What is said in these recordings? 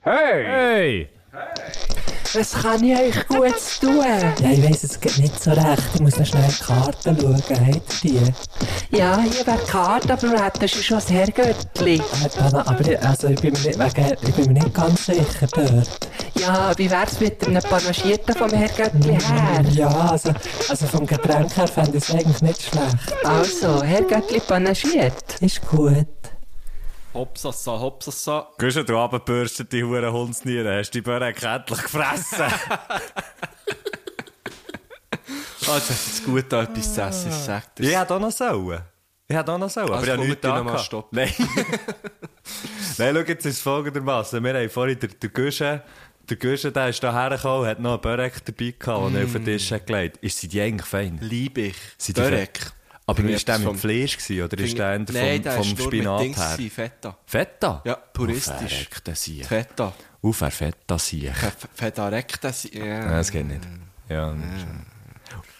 Hey! Hey! Was kann ich euch Gutes tun? Ja, ich weiss es geht nicht so recht. Ich muss noch schnell die Karten schauen. Habt ihr die? Ja, hier wäre die Karte, aber wer hat- das ist schon das Herrgöttli. Äh, Dana, aber ich, also ich, bin mir nicht, wegen, ich bin mir nicht ganz sicher dort. Ja, wie wär's mit einem Panagierten vom Herrgöttli her? Ja, also, also vom Getränk her fände ich es eigentlich nicht schlecht. Also, Herrgöttli panagiert. Ist gut. Hopsassa, hopsassa. Gehst du runterbürstet, die Huren Hundsnieren? Hast die Böhre kenntlich gefressen? Ah, das ist gut, da etwas zu essen, ich sag dir. ich hätte auch noch sollen. Ich hätte auch noch sollen, aber Also ich habe komm, nichts wir tun da mal gehabt. Stopp. Nein. Nein, schau, jetzt ist es folgendermaßen. Wir haben vorhin der, der Guschen, der Guschen, der ist hierher gekommen, und hat noch einen Börek dabei gehabt, den er Mm. auf den Tisch hat gelegt. Ist sie die eigentlich fein? Lieb ich. Sind die Börek. Aber Finger ist der mit vom- vom... Fleisch gewesen, oder ist der eher vom, Nein, der vom ist nur Spinat mit Dings her? gewesen, Feta. Feta? Ja, puristisch. Auf Verreckten Sieg. Feta. Auf ein Feta Sieg. Fe- Feta recta. si- Nein, Ja. das geht nicht. Ja, das stimmt.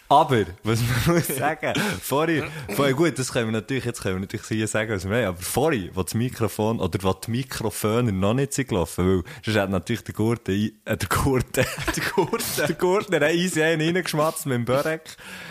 aber, was man muss sagen, vorhin, vorhin, gut, das können wir natürlich, jetzt können wir natürlich hier sagen, was wir haben, aber vorhin, wo das Mikrofon, oder wo die Mikrofone noch nicht sind gelaufen, weil, sonst hat natürlich der Gurte, ein- äh, der Gurte, der Gurte, der Gurte, der hat easy einen reingeschmatzt mit dem Börek.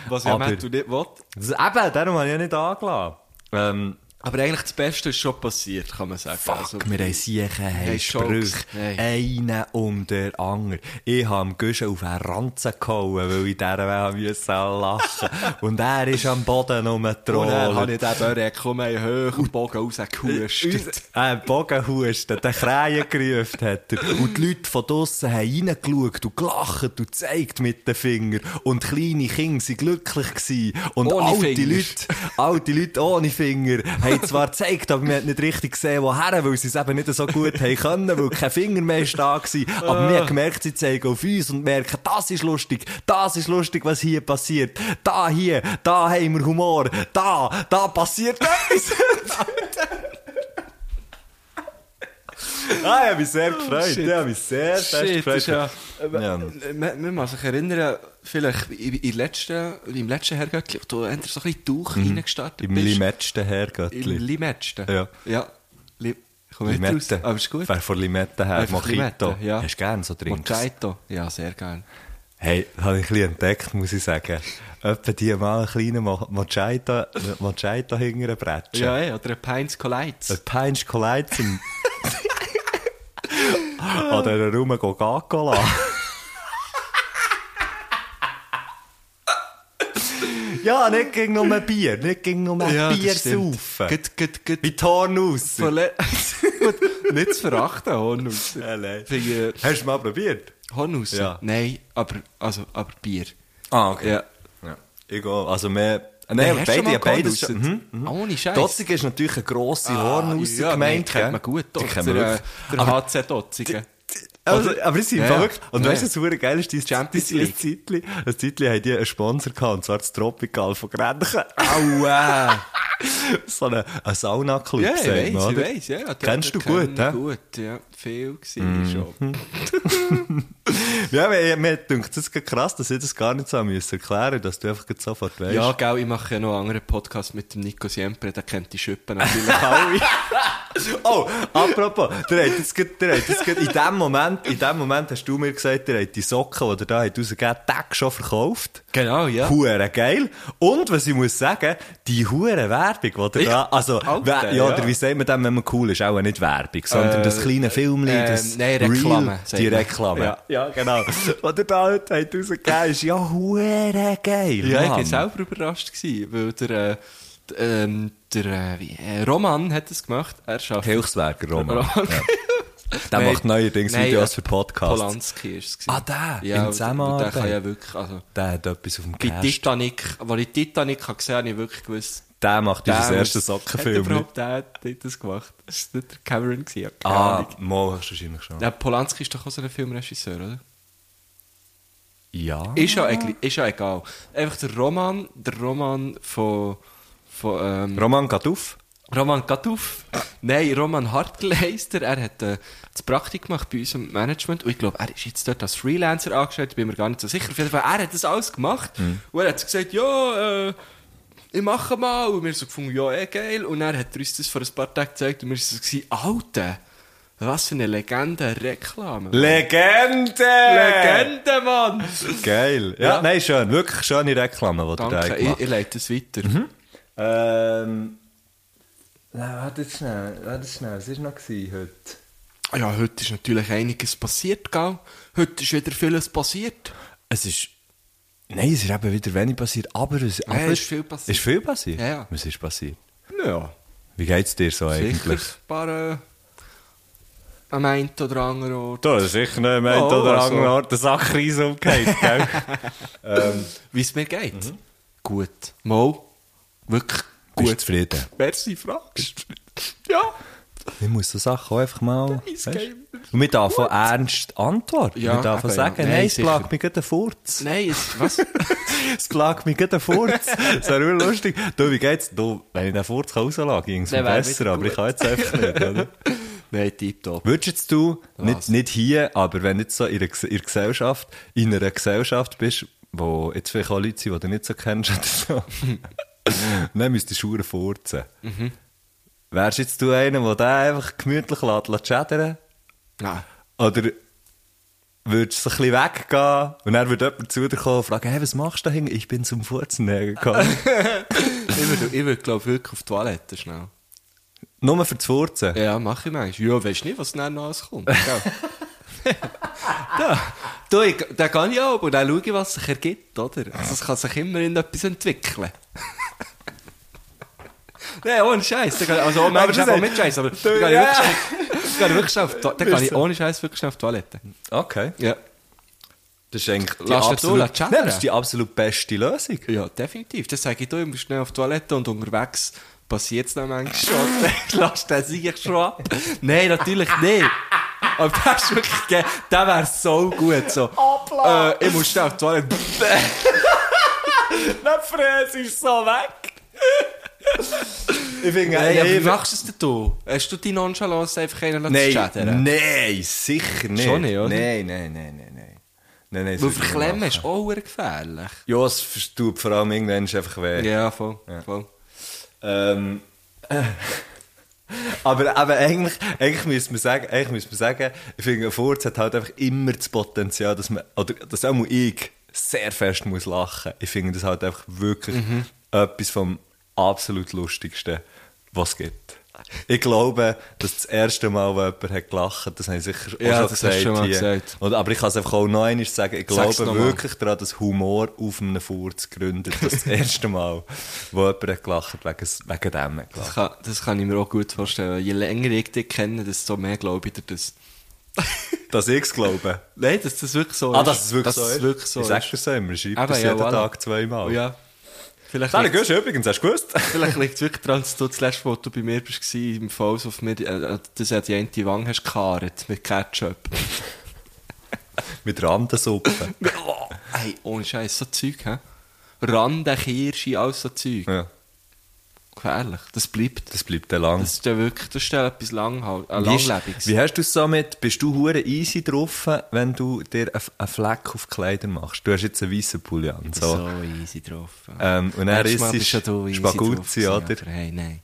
Was ich aber, aber, du nicht will. das, eben, darum habe ich ja nicht angelassen. Ähm, Aber eigentlich das Beste ist schon passiert, kann man sagen. Fuck, Also, wir haben sicher hey, Schocks. Sprüche. Nein. Einen um den anderen. Ich habe am Guschen auf einen Ranzen gehauen, weil ich dieser Welt müssen lachen Und er ist am Boden Und dann habe rumgetrollt. ich den Börek komm, einen hohen Bogen rausgehustet. Ein Äh, Bogenhusten, den Krähen gerufen hat er. Und die Leute von draussen haben reingeschaut und gelacht und gezeigt mit den Fingern. Und kleine Kinder waren glücklich. Gewesen. Und Ohne alte Finger. Leute, alte Leute ohne Finger, haben zwar gezeigt, aber man hat nicht richtig gesehen, woher, weil sie es eben nicht so gut haben können, weil kein Finger mehr ist da war. Aber man hat gemerkt, sie zeigen auf uns und merken, das ist lustig, das ist lustig, was hier passiert. Da hier, da haben wir Humor, da, da passiert etwas. Ah, ich habe mich sehr gefreut. Oh, shit. ich habe mich sehr, sehr Shit, gefreut. ist ja- Ja. äh, Man, man muss sich erinnern, vielleicht in, in letzten, im letzten Herrgöttli, du endlich so ein bisschen Tauch reingestartet Im bist. limetzten Im Herrgöttli. Limetzten. Ja. Ja. Li Komm nicht raus. Limette. Aber ist gut. Wer von Limette her? Einfach Mojito. Limette, ja. Hast du gern so trinkst? Mojito. Ja, sehr gerne. Hey, das habe ich ein bisschen entdeckt, muss ich sagen. Etwa die mal einen kleinen Mo Mojito, Mojito hinter Brett. Ja, ja, oder ein Pines Collides. Ein Pinch Collides. Oder einen Raum go Gago lassen. Ja, nicht gegen nur Bier, nicht gegen Ah, nur Bier saufen. Gut, gut, gut. Wie Torn aus. Verle- Gut, nicht zu verachten, Hornus. Ja, nein. Finde ich, Hast du mal probiert? äh, Hornus? Ja. Nein, aber, also, aber Bier. Ah, Ja. ja. Ich auch. Also mehr... Nein, hast du schon beide, mal ja, beides. Hornus? schon- Mhm. Ohne Scheiß. Dotzig ist natürlich eine grosse ah, ja, nein, Hornhausgemeinde. kennt man gut. Die Dotzig, kennen wir der, wirklich. der Aber- HC Dotzige. Also, aber es sind Ja, ja, ja. wirklich. Und Ja. weißt du, was super geil ist? Dein Champions Champions League. League. Zeitli, ein Zeitli haben die einen Sponsor gehabt, und zwar das Tropical von Grenchen. Aua! so einen einen Sauna-Club, äh. Ja, sagt ich man, weiss, ich oder? weiss. Ja, dort Kennst du kenn gut, ich hä? Gut, Mhm. ja. Viel gewesen schon. Ja, mir, mir denkt es krass, dass ich das gar nicht so haben müssen erklären musste, dass du einfach gerade sofort weißt. Ja, gell, ich mache ja noch einen anderen Podcast mit dem Nico Siempre, der kennt die Schippen natürlich alle. Oh, apropos, der hat jetzt gerade, der hat jetzt gerade, in dem Moment, in dem Moment hast du mir gesagt, der hat die Socken, die er da hat rausgegeben, Tag schon verkauft. genau, ja. Hure geil. Und was ich muss sagen, die hure Werbung, die Ich- er da, also, Alter, wer- ja, ja. oder wie sagt man dem, wenn man cool ist, auch nicht Werbung, sondern Äh, das kleine Filmli, ähm, das nein, Reklame, sagt die man. Reklame. Ja. genau. Oder da heute hat rausgegeben, ist ja hure geil. Ja, ich Mann. war selber überrascht, gewesen, weil der, äh, d- ähm, der äh, wie, äh, Roman hat es gemacht. Er schafft. Hilfswerker, Roman. Roman. Ja. Der Nein, macht neuerdings nein, Videos äh, für Podcasts. Polanski ist es. gewesen. Ah, der? Ja, In und- und Zusammenarbeit? Der kann ja wirklich, also, Der hat etwas auf dem bei Gerst. Titanic, als ich Titanic habe gesehen habe, habe ich wirklich gewusst, Der macht der unser erstes muss- Hat Sockenfilm. überhaupt der, der hat das gemacht? Ist das der Cameron gewesen? Ich habe keine Ah, Ahnung. mal hast du wahrscheinlich schon. Der Polanski ist doch auch so ein Filmregisseur, oder? Ja. Ist ja, eigentlich- ist ja egal. Einfach der Roman, der Roman von, von ähm, Roman geht auf. Roman Katuff. Nein, Roman Hartleister. Er hat äh, das Praktik gemacht bei unserem Management. Und ich glaube, er ist jetzt dort als Freelancer angestellt. Bin mir gar nicht so sicher. Auf jeden Fall, er hat das alles gemacht. Mhm. Und er hat so gesagt, ja, äh, ich mache mal. Und wir haben so gefunden, ja, eh geil. Und dann hat er uns das vor ein paar Tagen gezeigt. Und wir waren so, gewesen, Alter, Was für eine Legende Reklame. Legende! Legende, Mann! Geil. Ja, Ja. nein, schön. Wirklich schöne Reklame, die du Danke, da ich, gemacht Mhm. ich leite es weiter. Ähm. Nein, warte schnell, warte schnell. Was war noch heute? Ja, heute ist natürlich einiges passiert, gell? Heute ist wieder vieles passiert. Es ist. Nein, es ist eben wieder wenig passiert, aber es Nein, aber es ist viel passiert. Ist viel passiert? Ja, ja. Was ist passiert? Ja, Wie geht's dir so sicher ein eigentlich? paar... Äh, am einen oder anderen Ort. Da ist sicher nicht mehr Oh, oder also. anderen Ort eine Sachkrise umgeht, gell? Wie es mir geht. Gut. Mal. Wirklich Bist du gut. zufrieden? Merci, fragst. ja. Ich muss so Sachen auch einfach mal. weisst Nice du? game. Und wir dürfen auch ernst antworten. Ja, wir dürfen eben, sagen, ja. nein, Nein, es sicher. plagt mich gerade den Furz. Nein, es, was? Es plagt mich gerade den Furz. das wäre nur lustig. Du, wie geht's? Du, wenn ich den Furz kann rauslage, ging es mir Dann wär besser, wieder aber gut. ich kann jetzt einfach nicht. Oder? Nein, tipptopp. Würdest jetzt du, nicht, Was? nicht hier, aber wenn jetzt so in einer, Ges- in einer Gesellschaft, in einer Gesellschaft bist, wo jetzt vielleicht auch Leute sind, die du nicht so kennst oder so, dann müsstest du Schuhe furzen. Mhm. Wärst jetzt du einer, der den einfach gemütlich lässt, lässt schädern? Nein. Oder würdest du ein bisschen weggehen und dann würde jemand zu dir kommen und fragen, hey, was machst du da hinten? Ich bin zum Furzen hergekommen. Ich würde, ich würd, glaub, wirklich auf die Toilette schnell. Nur für das Furzen. Ja, mache ich manchmal. Ja, weißt nicht, was dann noch alles kommt. gell? da, du, ich, da kann ich auch, und dann schaue ich, was sich ergibt, oder? Also, es kann sich immer in etwas entwickeln. Nein, ohne Scheiß. da kann- Also, auch Aber das manchmal auch ist- mit oh, Scheiß, aber da Du- kann ich ja. wirklich schnell- da kann ich wirklich schnell auf die Toilette. Da kann ich ohne Scheiß wirklich schnell auf die Toilette. Okay. Ja. Das ist eigentlich die Lass ihn absolut, du, lass ihn Nein, das ist die absolut beste Lösung. Ja, definitiv. Das sage ich dir, ich muss schnell auf die Toilette und unterwegs passiert es dann manchmal schon. Lass den sich schon ab. Nein, natürlich nicht. Aber das ist wirklich geil. Das wäre so gut. So. Äh, ich muss schnell auf die Toilette. Der Fräs ist so weg. ich finde, Nein, aber wie nein, nein, machst du es denn du? Hast du die Nonchalance einfach einen nein, zu schädigen? nein, sicher nicht. Schon nicht, oder? Nein, nein, nein, nein, nein. Nein, nein, das Weil würde ich nicht verklemmen machen. ist auch gefährlich. Ja, es tut vor allem irgendwann einfach weh. Ja, voll. voll. Ähm, aber, aber eigentlich, eigentlich müsste man sagen, eigentlich müsste man sagen, ich finde, ein Furz hat halt einfach immer das Potenzial, dass man, oder, dass auch mal ich sehr fest muss lachen. Ich finde das halt einfach wirklich Mhm. etwas vom absolut lustigsten, was es gibt. Ich glaube, dass das erste Mal, wo jemand hat gelacht hat, das habe ich sicher auch Ja, schon das hast du gesagt. schon mal hier. gesagt. Und, aber ich kann es einfach auch noch einmal sagen, ich Sag's glaube noch mal. wirklich daran, dass Humor auf einem Furz gründet. Das, ist das erste Mal, wo jemand hat gelacht hat, wegen, wegen dem hat Das gelacht. kann, das kann ich mir auch gut vorstellen. Je länger ich dich kenne, desto mehr glaube ich dir das. Dass ich es glaube. Nein, dass das wirklich so Ah, ist. dass es wirklich Dass so es ist. wirklich so ich ist. sag's dir so immer, ich schreibe Eben, das ja, jeden voilà. Tag zweimal. Ja. Ja. Vielleicht Dann liegt's- gehst du übrigens, hast du gewusst? vielleicht liegt es wirklich daran, dass du das letzte Mal, als du bei mir warst, im Falls auf mir, äh, dass du die eine Wange hast gekarrt mit Ketchup. Mit Randensuppe. oh, ey, ohne Scheiß, so Zeug, hä? Rande, Kirsche, all so Zeug. ja, Gefährlich, das bleibt. Das, das bleibt dann lang. ist ja wirklich, das ist ja etwas langhal- äh, Wie, ist, Langlebiges. wie hast du es damit? Bist du hure easy drauf, wenn du dir einen- einen Fleck auf die Kleider machst? Du hast jetzt einen weißen Pulli an. So. So easy drauf. Ähm, und dann Letztes Mal isst bist ja du easy Spaguzzi, drauf gewesen, oder? aber Hey, nein.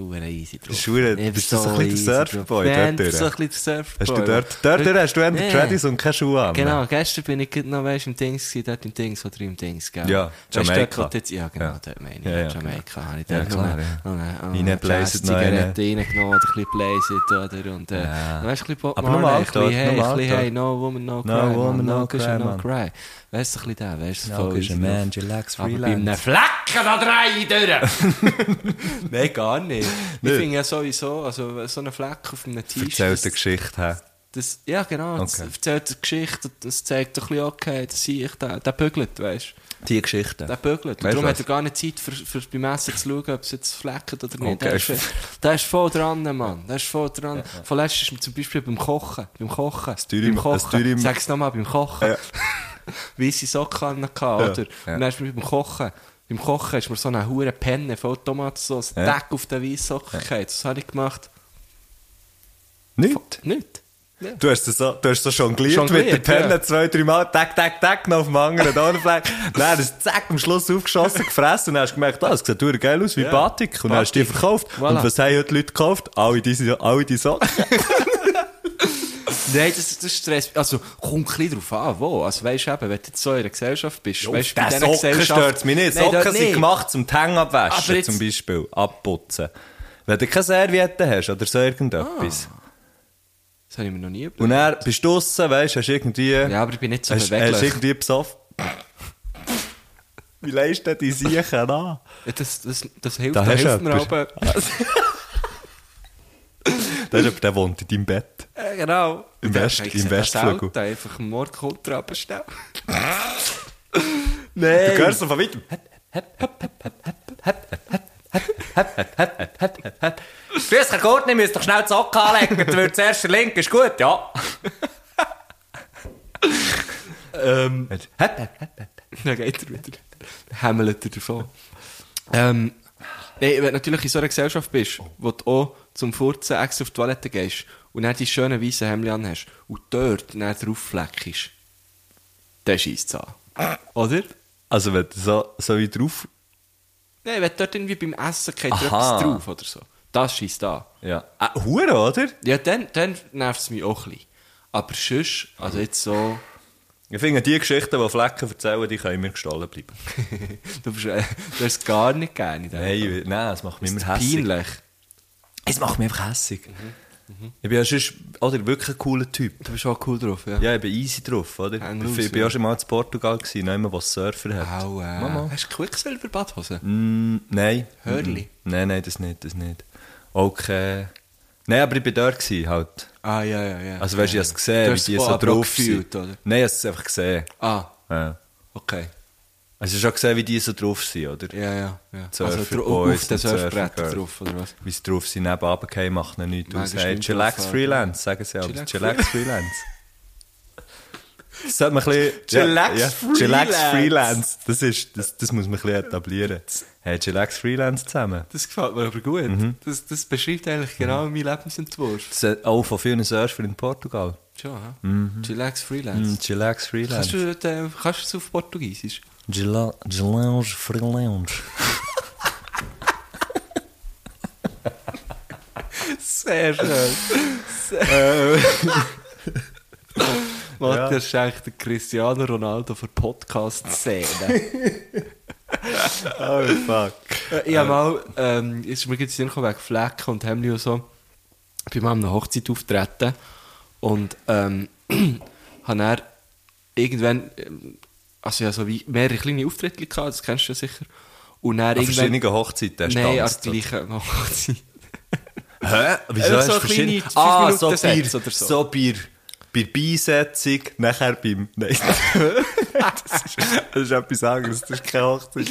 Hure easy drauf. ist hure- Ich bin bist du so ein bisschen der easy Surferboy drauf. dort Nein, durch? so ein bisschen der Surferboy. Hast du dort, dort, dort hast du entweder Nee. Tradis und keine Schuhe an. Genau, gestern bin ich gerade noch weißt, im Dings, gewesen, dort im Dings oder im Dings, gell? Ja, Weißt, Jamaika. dort, wo du jetzt, ja, genau, Ja. dort meine ich. Ja, ja, Jamaika habe ich Ja, dort klar, noch eine- ja. noch eine- noch Rein eine blazet noch Jazz-Zigarette reingenommen oder ein bisschen blazet, oder? Und, äh, nou, Ja. ja. weißt, ein bisschen Bob Aber nur Marley, ein Altort, bisschen, hey, nur ein bisschen, Altort. hey, no woman, no cry, No man, woman, no no cushion, cry, no man. cry. Weißt du, ein bisschen da, weißt du, No cushion, easy man, drauf. relax, Aber bei relax. einem Flecken da rein, durch! Nein, gar nicht. Ich Nicht? finde ja sowieso, also, so einen Fleck auf einem T-Shirt. Erzähl eine Geschichte. hä? Das, ja, genau. Das Okay. erzählt eine Geschichte. und Das zeigt doch ein bisschen, okay, das sehe ich, der, der bügelt, weißt du. Die Geschichte. Der bügelt. Weißt Und du Darum was? hat er gar nicht Zeit, für, für beim Essen zu schauen, ob es jetzt fleckert oder nicht. Okay. Der, ist, der ist voll dran, Mann. Der ist voll dran. Von letztem ist mir zum Beispiel beim Kochen. Beim Kochen. Dürüm- beim das Dürüm- Kochen. Sag es nochmal, beim Kochen. Ja. Weisse Socken an, oder? Und Ja. dann ist mir beim Kochen. Beim Kochen ist mir so eine hure Penne voll Tomatensauce, Ja. Deck auf den weißen Socken gefallen. Das habe ich gemacht. Nicht? Nicht. Ja. Du hast so, du hast so jongliert, Jongliert, mit den Pennen ja. zwei, drei Mal, tack, tack, tack, noch auf dem anderen Dornfleck. Dann hast du es zack, am Schluss aufgeschossen, gefressen und dann hast du gemerkt, ah, es sieht verdammt geil aus wie Ja. Batik. Und dann hast du die verkauft. Voilà. Und was haben heute die Leute gekauft? Alle diese, alle diese Socken. Nein, das, das stresst mich. Also, kommt ein bisschen drauf an, wo. Also, weisst du eben, wenn du jetzt so in einer Gesellschaft bist, weisst du, bei Der dieser Socken Gesellschaft... stört mich nicht. Nein, Socken dort sind nicht. gemacht zum die Hänge Aber abwaschen, jetzt- zum Beispiel. Abputzen. Wenn du keine Serviette hast oder so irgendetwas. Ah. Das habe ich mir noch nie überlegt. Und dann bist du draussen, weißt du, hast irgendwie... Ja, aber ich bin nicht so hast, hast beweglich. irgendwie besoffen. Wie leist du die Siechen an? Ja, Das, das, das hilft, Da da hast hilft du mir jemanden. aber... Das ist aber der wohnt in deinem Bett. Ja, Äh, genau. Im Ja, West- ich im sehe das Westflügel. Auto einfach am Mord kommt er schnell. Du hörst ihn von weitem. Grüß Herr Gurtner, ihr müsst doch schnell die Socken anlegen, weil zuerst der Link ist gut, ja. Ähm, dann geht er wieder. Hämmelt er davon. Ähm, nein, wenn du natürlich in so einer Gesellschaft bist, wo du auch zum Furzen extra auf die Toilette gehst und dann die schönen weißen Hemden anhast und dort dann drauf fleckst, dann scheisst es an. Oder? Also wenn du so, so wie drauf... Nein, wenn dort irgendwie beim Essen geht Aha. etwas drauf oder so. Das scheisst an. Ja. Ah, Hure, oder? Ja, dann, dann nervt es mich auch ein bisschen. Aber sonst, also jetzt so... Ich finde, die Geschichten, die Flecken erzählen, die können mir gestohlen bleiben. Du, bist, äh, du hast es gar nicht gerne. in diesem Fall. Nein, nein, es macht mich immer Das ist hässlich. Peinlich. Mhm. Es macht mich einfach hässlich. Ich bin ja sonst oder, wirklich ein cooler Typ. Du bist auch cool drauf, ja. Ja, ich bin easy drauf, oder? Hang ich raus, bin, ich bin ja. auch schon mal in Portugal, gewesen, noch immer, was Surfer hat. Au, äh, Mama. Hast du Quicksilver Badhose? Mm, nein. Hörli? Mm, Nein, nein, das nicht, das nicht. Okay. Nein, aber ich bin dort gewesen, halt. Ah, ja, ja, ja. Also, weißt du, ich habe es Du gesehen, wie hast die es so aber auch drauf gefühlt, sind. oder? Nein, ich habe es einfach gesehen. Ah, Ja. okay. Also, ich habe schon gesehen, wie die so drauf sind, oder? Ja, ja, ja. Surfer also dra- Boys auf den und Surfer Surfbrettern Girls. drauf, oder was? Wie sie drauf sind, neben runtergehen, macht ihnen nichts Mega aus. schlimm Hey, drauf, Chillax Alter. Freelance, sagen sie aber. Chillax Chillax Freelance. Das sollte man ein bisschen... Chillax Chillax Freelance. Freelance. Das, ist, das, das muss man ein bisschen etablieren. Hey, Chillax Freelance zusammen. Das gefällt mir aber gut. Das, das beschreibt eigentlich genau meinen Lebensentwurf. Das ist auch von vielen Surfern in Portugal. Schon, hä? Chillax Freelance. Mm, Chillax Kannst, Freelance. du, äh, kannst du es auf Portugiesisch? Gela- Gelange Freelance. Sehr schön. Äh. Matthias schenkt den Cristiano Ronaldo für Podcast-Szene. Oh, fuck. ich habe Äh, mal, ähm, jetzt ist mir gerade in den Sinn gekommen, wegen Flecken und Hemden und so, ich bin mal an einer Hochzeit auftreten und ähm, habe dann irgendwann, ähm, also ja, so wie mehrere kleine Auftritte gehabt, das kennst du ja sicher. Und dann An irgendwann... verschiedenen Hochzeiten hast du Nein, an getanzt, der gleichen Hochzeit. oder? Hä? Wieso Äh, hast so du kleine verschiedene... fünf Ah, Minuten so bei, Sätze oder so. so. bei, bei der Beisetzung, nachher beim... Nein, das, ist, das ist etwas anderes, das ist keine Hochzeit.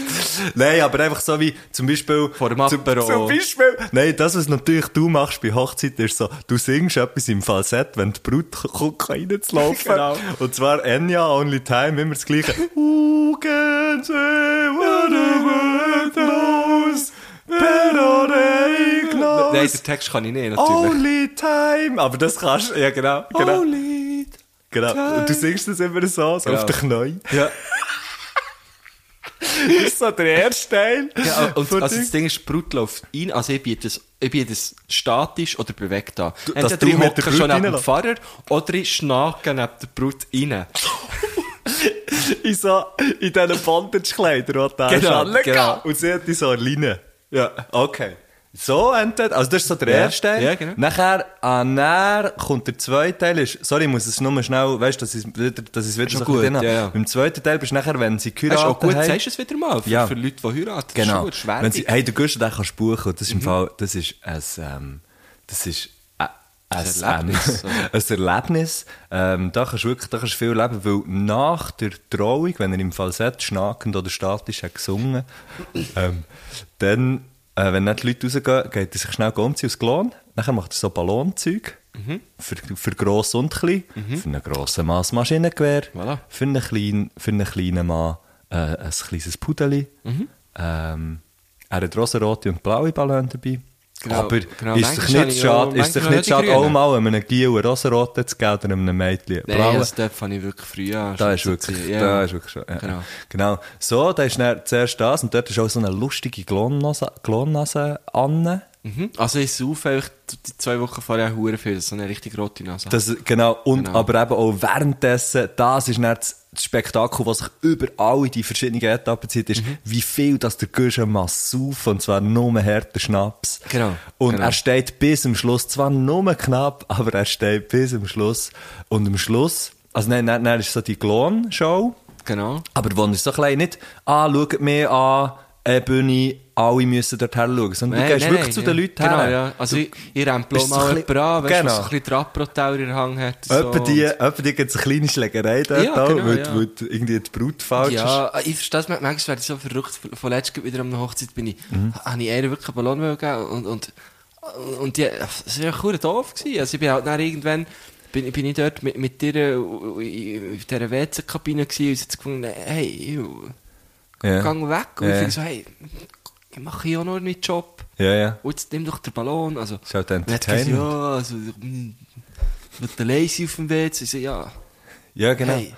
Nein, aber einfach so wie zum Beispiel... Vor dem zum, Apero. zum Beispiel... Nein, das, was natürlich du machst bei Hochzeiten, ist so, du singst etwas im Falsett, wenn die Brut kommt, reinzulaufen. Genau. Und zwar Enya, Only Time, immer das Gleiche. Who can say what the world knows better they knows? Nein, den Text kann ich nicht, natürlich. Only Time! Aber das kannst du, ja genau, genau. Only genau. Und du singst das immer so, so Genau. auf den Knien. Ja. Das ist so der erste Teil. Ja, und Von also dir. das Ding ist, die Brut läuft ein, also ich biete es, ich biete es statisch oder bewegt an. Du- dass Entweder du ich mit der hocke Brut schon neben dem reinlässt. Pfarrer oder ich schnake neben der Brut rein. in, so, in diesen Bandage-Kleidern, die du Genau, hast angelegt. genau. Und sie hat die so alleine. Ja. Okay. So endet, also das ist so der Ja, erste Teil. ja, genau. Nachher, an näher kommt der zweite Teil, ist, sorry, ich muss es nur schnell, weißt du, dass ich es wieder, dass ich's wieder schon so gut, drin habe. ja, ja. Beim zweiten Teil bist du nachher, wenn sie Das geheiratet ist auch gut, haben- sagst du es wieder mal, für, Ja. für Leute, die heiraten. Genau. Das ist gut, Mhm. Wenn sie, schwer. hey, du gehst den kannst du buchen. Das ist im Fall, das ist ein, ähm, das ist ein, ein, ähm, Erlebnis, ein Erlebnis. Ähm, da kannst du wirklich, da kannst du viel erleben, weil nach der Trauung, wenn er im Falsett schnackend oder statisch hat er gesungen, ähm, dann, äh, wenn nicht die Leute rausgehen, geht er sich schnell umziehen aus Glon. Nachher macht er so Ballonzeug. Mhm. Für, für gross und klein. Für einen grossen Mann ein Maschinengewehr. Voilà. Für einen kleinen, für einen kleinen Mann äh, ein kleines Pudeli. Mhm. Ähm, er hat rosarote und blaue Ballon dabei. Genau, Aber genau. ist sich Manchmal habe nicht ich auch- schade, ist sich manchmal nicht habe ich schade, grüne. auch mal einem Giel einen rosaroten zu geben oder einem Mädchen einen Nein, blauen. also dort fand ich wirklich früh an. Da schon ist zu wirklich, ziehen. Ja. da ist wirklich schon, ja. Genau. genau. genau. So, da ist dann zuerst das und dort ist auch so eine lustige Glonnase, Glonnase Anne, Mhm. Also ich saufe einfach die zwei Wochen vorher hure viel, das ist so eine richtig rote Nase. Das, genau, und Genau. aber eben auch währenddessen, das ist dann das das Spektakel, was sich über alle die verschiedenen Etappen zieht, ist, Mhm. wie viel das der Gürschen massiv, und zwar nur härter Schnaps. Genau, Und genau. er steht bis am Schluss, zwar nur knapp, aber er steht bis am Schluss. Und am Schluss, also nein, nein, nein, ist so die Glon-Show, genau. aber wo ist so klein nicht, ah, schaut mir an, eine Bühne, alle müssen dort her schauen, sondern du gehst wirklich zu den Leuten genau, her. ja. Also Du- ich, ich rempel auch bist so mal ein jemanden bisschen- an, weißt du, Genau. was so ein bisschen Trapprotaur in der Hand hat. und Etwa so. die, etwa die gibt's eine kleine Schlägerei dort, Ja, auch, genau, weil, ja. weil die- irgendwie die Brut falsch ist. Ja, ah, ich verstehe es. Manchmal werde ich so verrückt. Vorletzt gerade wieder an einer Hochzeit bin ich, Mhm. habe ich einer wirklich einen Ballon wollen geben und, und, und die, ah, es war ja cool doof gewesen. Also ich bin halt dann irgendwann, bin, bin ich dort mit, mit dir äh, in dieser WC-Kabine gewesen und ich habe gefunden, hey, ich Ja. gang weg. Und Ja. ich finde so, hey, ich mache ja auch noch meinen Job. Ja, ja. Und jetzt nimm doch den Ballon. Also, Ist halt Und er hat gesagt, Entertainment. ja, also, mm, mit der Lazy auf dem WC. Ich so, ja. Ja, genau. Hey.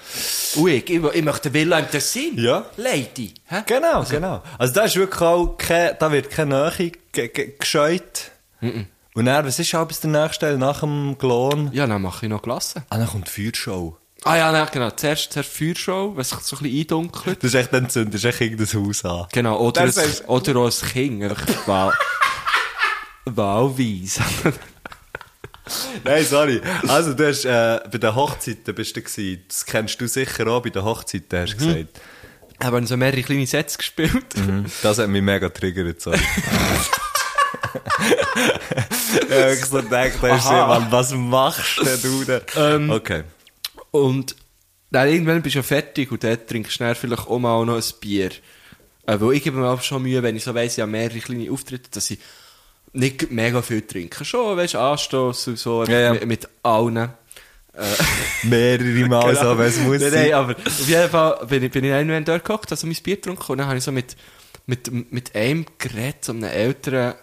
Ui, ich, ich, ich möchte Villa im Tessin. Ja. Lady. Hä? Genau, genau. Also da ist wirklich auch kein, da wird keine Nähe ge- ge- gescheut. Und dann, was ist halt bis der nächste Teil nach dem Glon? Ja, dann mache ich noch Klasse. Ah, dann kommt die Feuershow. Ah ja, nein, genau. Zuerst, zuerst Feuershow, was sich so ein bisschen eindunkelt. Das ist echt, dann zündest du echt irgendein Haus an. Genau, oder, Das ein, ist- oder auch ein Kind. einfach Wahl, wahlweise. Nein, sorry. Also, du hast, äh, bei den Hochzeiten bist du gewesen. Das kennst du sicher auch, bei den Hochzeiten hast du Mhm. gesagt. Haben wir so mehrere kleine Sets gespielt. Das hat mich mega triggert, sorry. ja, ich hab so gedacht, da ist Aha. jemand, was machst denn du denn? Ähm. okay. Und dann irgendwann bist du ja fertig und dort trinkst du dann vielleicht auch mal noch ein Bier. Äh, weil ich gebe mir auch schon Mühe, wenn ich so weiss, ich habe mehrere kleine Auftritte, dass ich nicht mega viel trinke. Schon, weißt du, Anstoß und so, Ja, ja. Mit, mit allen. Mehrere Mal so, wenn es Also, muss Genau. sein. nein, nein, aber auf jeden Fall bin ich, bin ich irgendwann dort gehockt, also mein Bier getrunken und dann habe ich so mit, mit, mit einem geredet, so einem älteren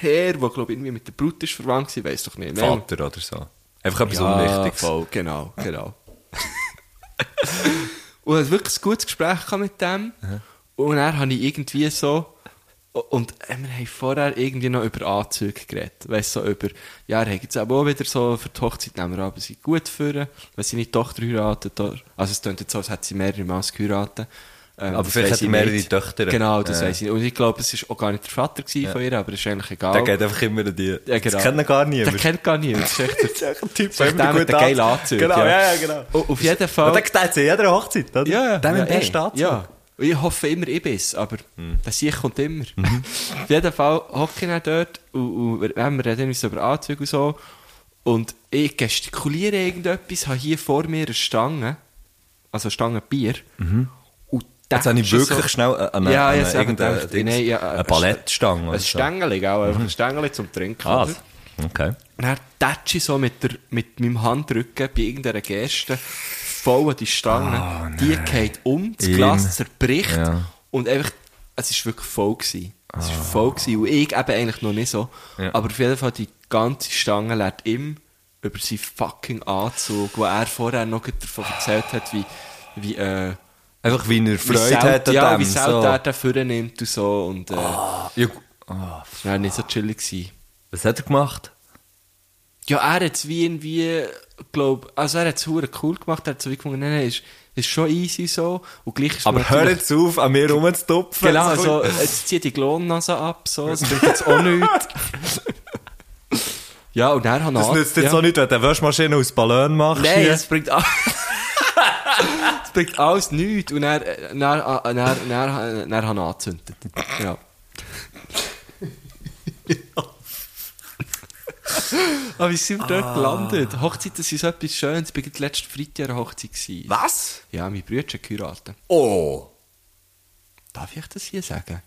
Herr, der glaube ich irgendwie mit der Brut ist verwandt war, weiß doch nicht. mehr. Vater oder so. Einfach etwas Ja, Unwichtiges. voll, genau, genau. und hat wirklich ein gutes Gespräch gehabt mit dem. Und dann habe ich irgendwie so. Und äh, wir haben vorher irgendwie noch über Anzüge geredet. Weißt du, so über, ja, er hat jetzt aber auch wieder so für die Hochzeit nehmen wir aber sie gut führen, weil seine Tochter heiratet. oder- Also es klingt jetzt so, als hätte sie mehrere Mal geheiratet. Ähm, Aber das vielleicht weiss hat ich mehrere nicht. Töchter. Genau, das Ja. weiss ich nicht. Und ich glaube, es war auch gar nicht der Vater gewesen von ihr, aber es ist eigentlich egal. Der geht einfach immer an die. Ja, genau. Das kennt gar niemand. Der kennt gar niemand. Das ist echt der Das ist echt ein Typ, ist echt der mit den geilen Anzügen, Genau, ja. ja, ja, genau. O- auf jeden Fall. Und der gibt's jetzt in jeder Hochzeit, oder? Der mit dem ey, besten Anzug. Ja. Und Ich hoffe immer, ich bin's, aber Hm. der Sieg kommt immer. Mhm. Auf jeden Fall hocke ich dann dort und, und wir wir reden uns über Anzüge und so. Und ich gestikuliere irgendetwas, habe hier vor mir eine Stange, also eine Stange Bier. Und das Mhm. Jetzt habe ich ist schon wirklich schnell an- an- ja, an ja, so irgendein gedacht, Dings- nein, ja, eine eine Ballettstange oder Ein so. Mhm. Stängeli, gell, einfach ein Stängeli zum Trinken. Ah, oder? okay. Dann tätsche ich so mit, der, mit meinem Handrücken bei irgendeiner Geste voll an die Stange. die geht um, das Ihm. Glas zerbricht. Ah, Ja. Ah. Und einfach, es war wirklich voll. Gewesen. Es war voll. Gewesen. Und ich eben eigentlich noch nicht so. Ja. Aber auf jeden Fall, die ganze Stange lernt ihm über seinen fucking Anzug, wo er vorher noch gerade davon erzählt hat, wie, wie, äh, Einfach wie er wie Freude selten- hat an ja, dem. wie selten er so. den Führer nimmt und so. Und, äh, ja, gu- ah, das war nicht so chillig. Gewesen. was hat er gemacht? Ja, er hat es wie irgendwie, glaub, also er hat es hure cool gemacht, er hat so wie gefunden, nein, nein, ist, ist schon easy so, und gleich ist Aber man hör natürlich- jetzt auf, an mir rumzutupfen. Genau, Das also, kommt- jetzt zieht die Glonnase ab, so, es bringt jetzt auch nichts. ja, und er hat Das nützt jetzt ja. auch nicht, wenn du eine Waschmaschine aus Ballon machst. Nein, hier. es bringt alles. es bringt alles nichts, und er, äh, er, er, er, er, er, er äh, hat ihn angezündet. Ja. Aber wie sind wir dort gelandet? Hochzeiten sind so etwas Schönes. Ich war gerade letzten Freitag an einer Hochzeit. gewesen. Was? Ja, mein Bruder hat geheiratet. Oh! Darf ich das hier sagen?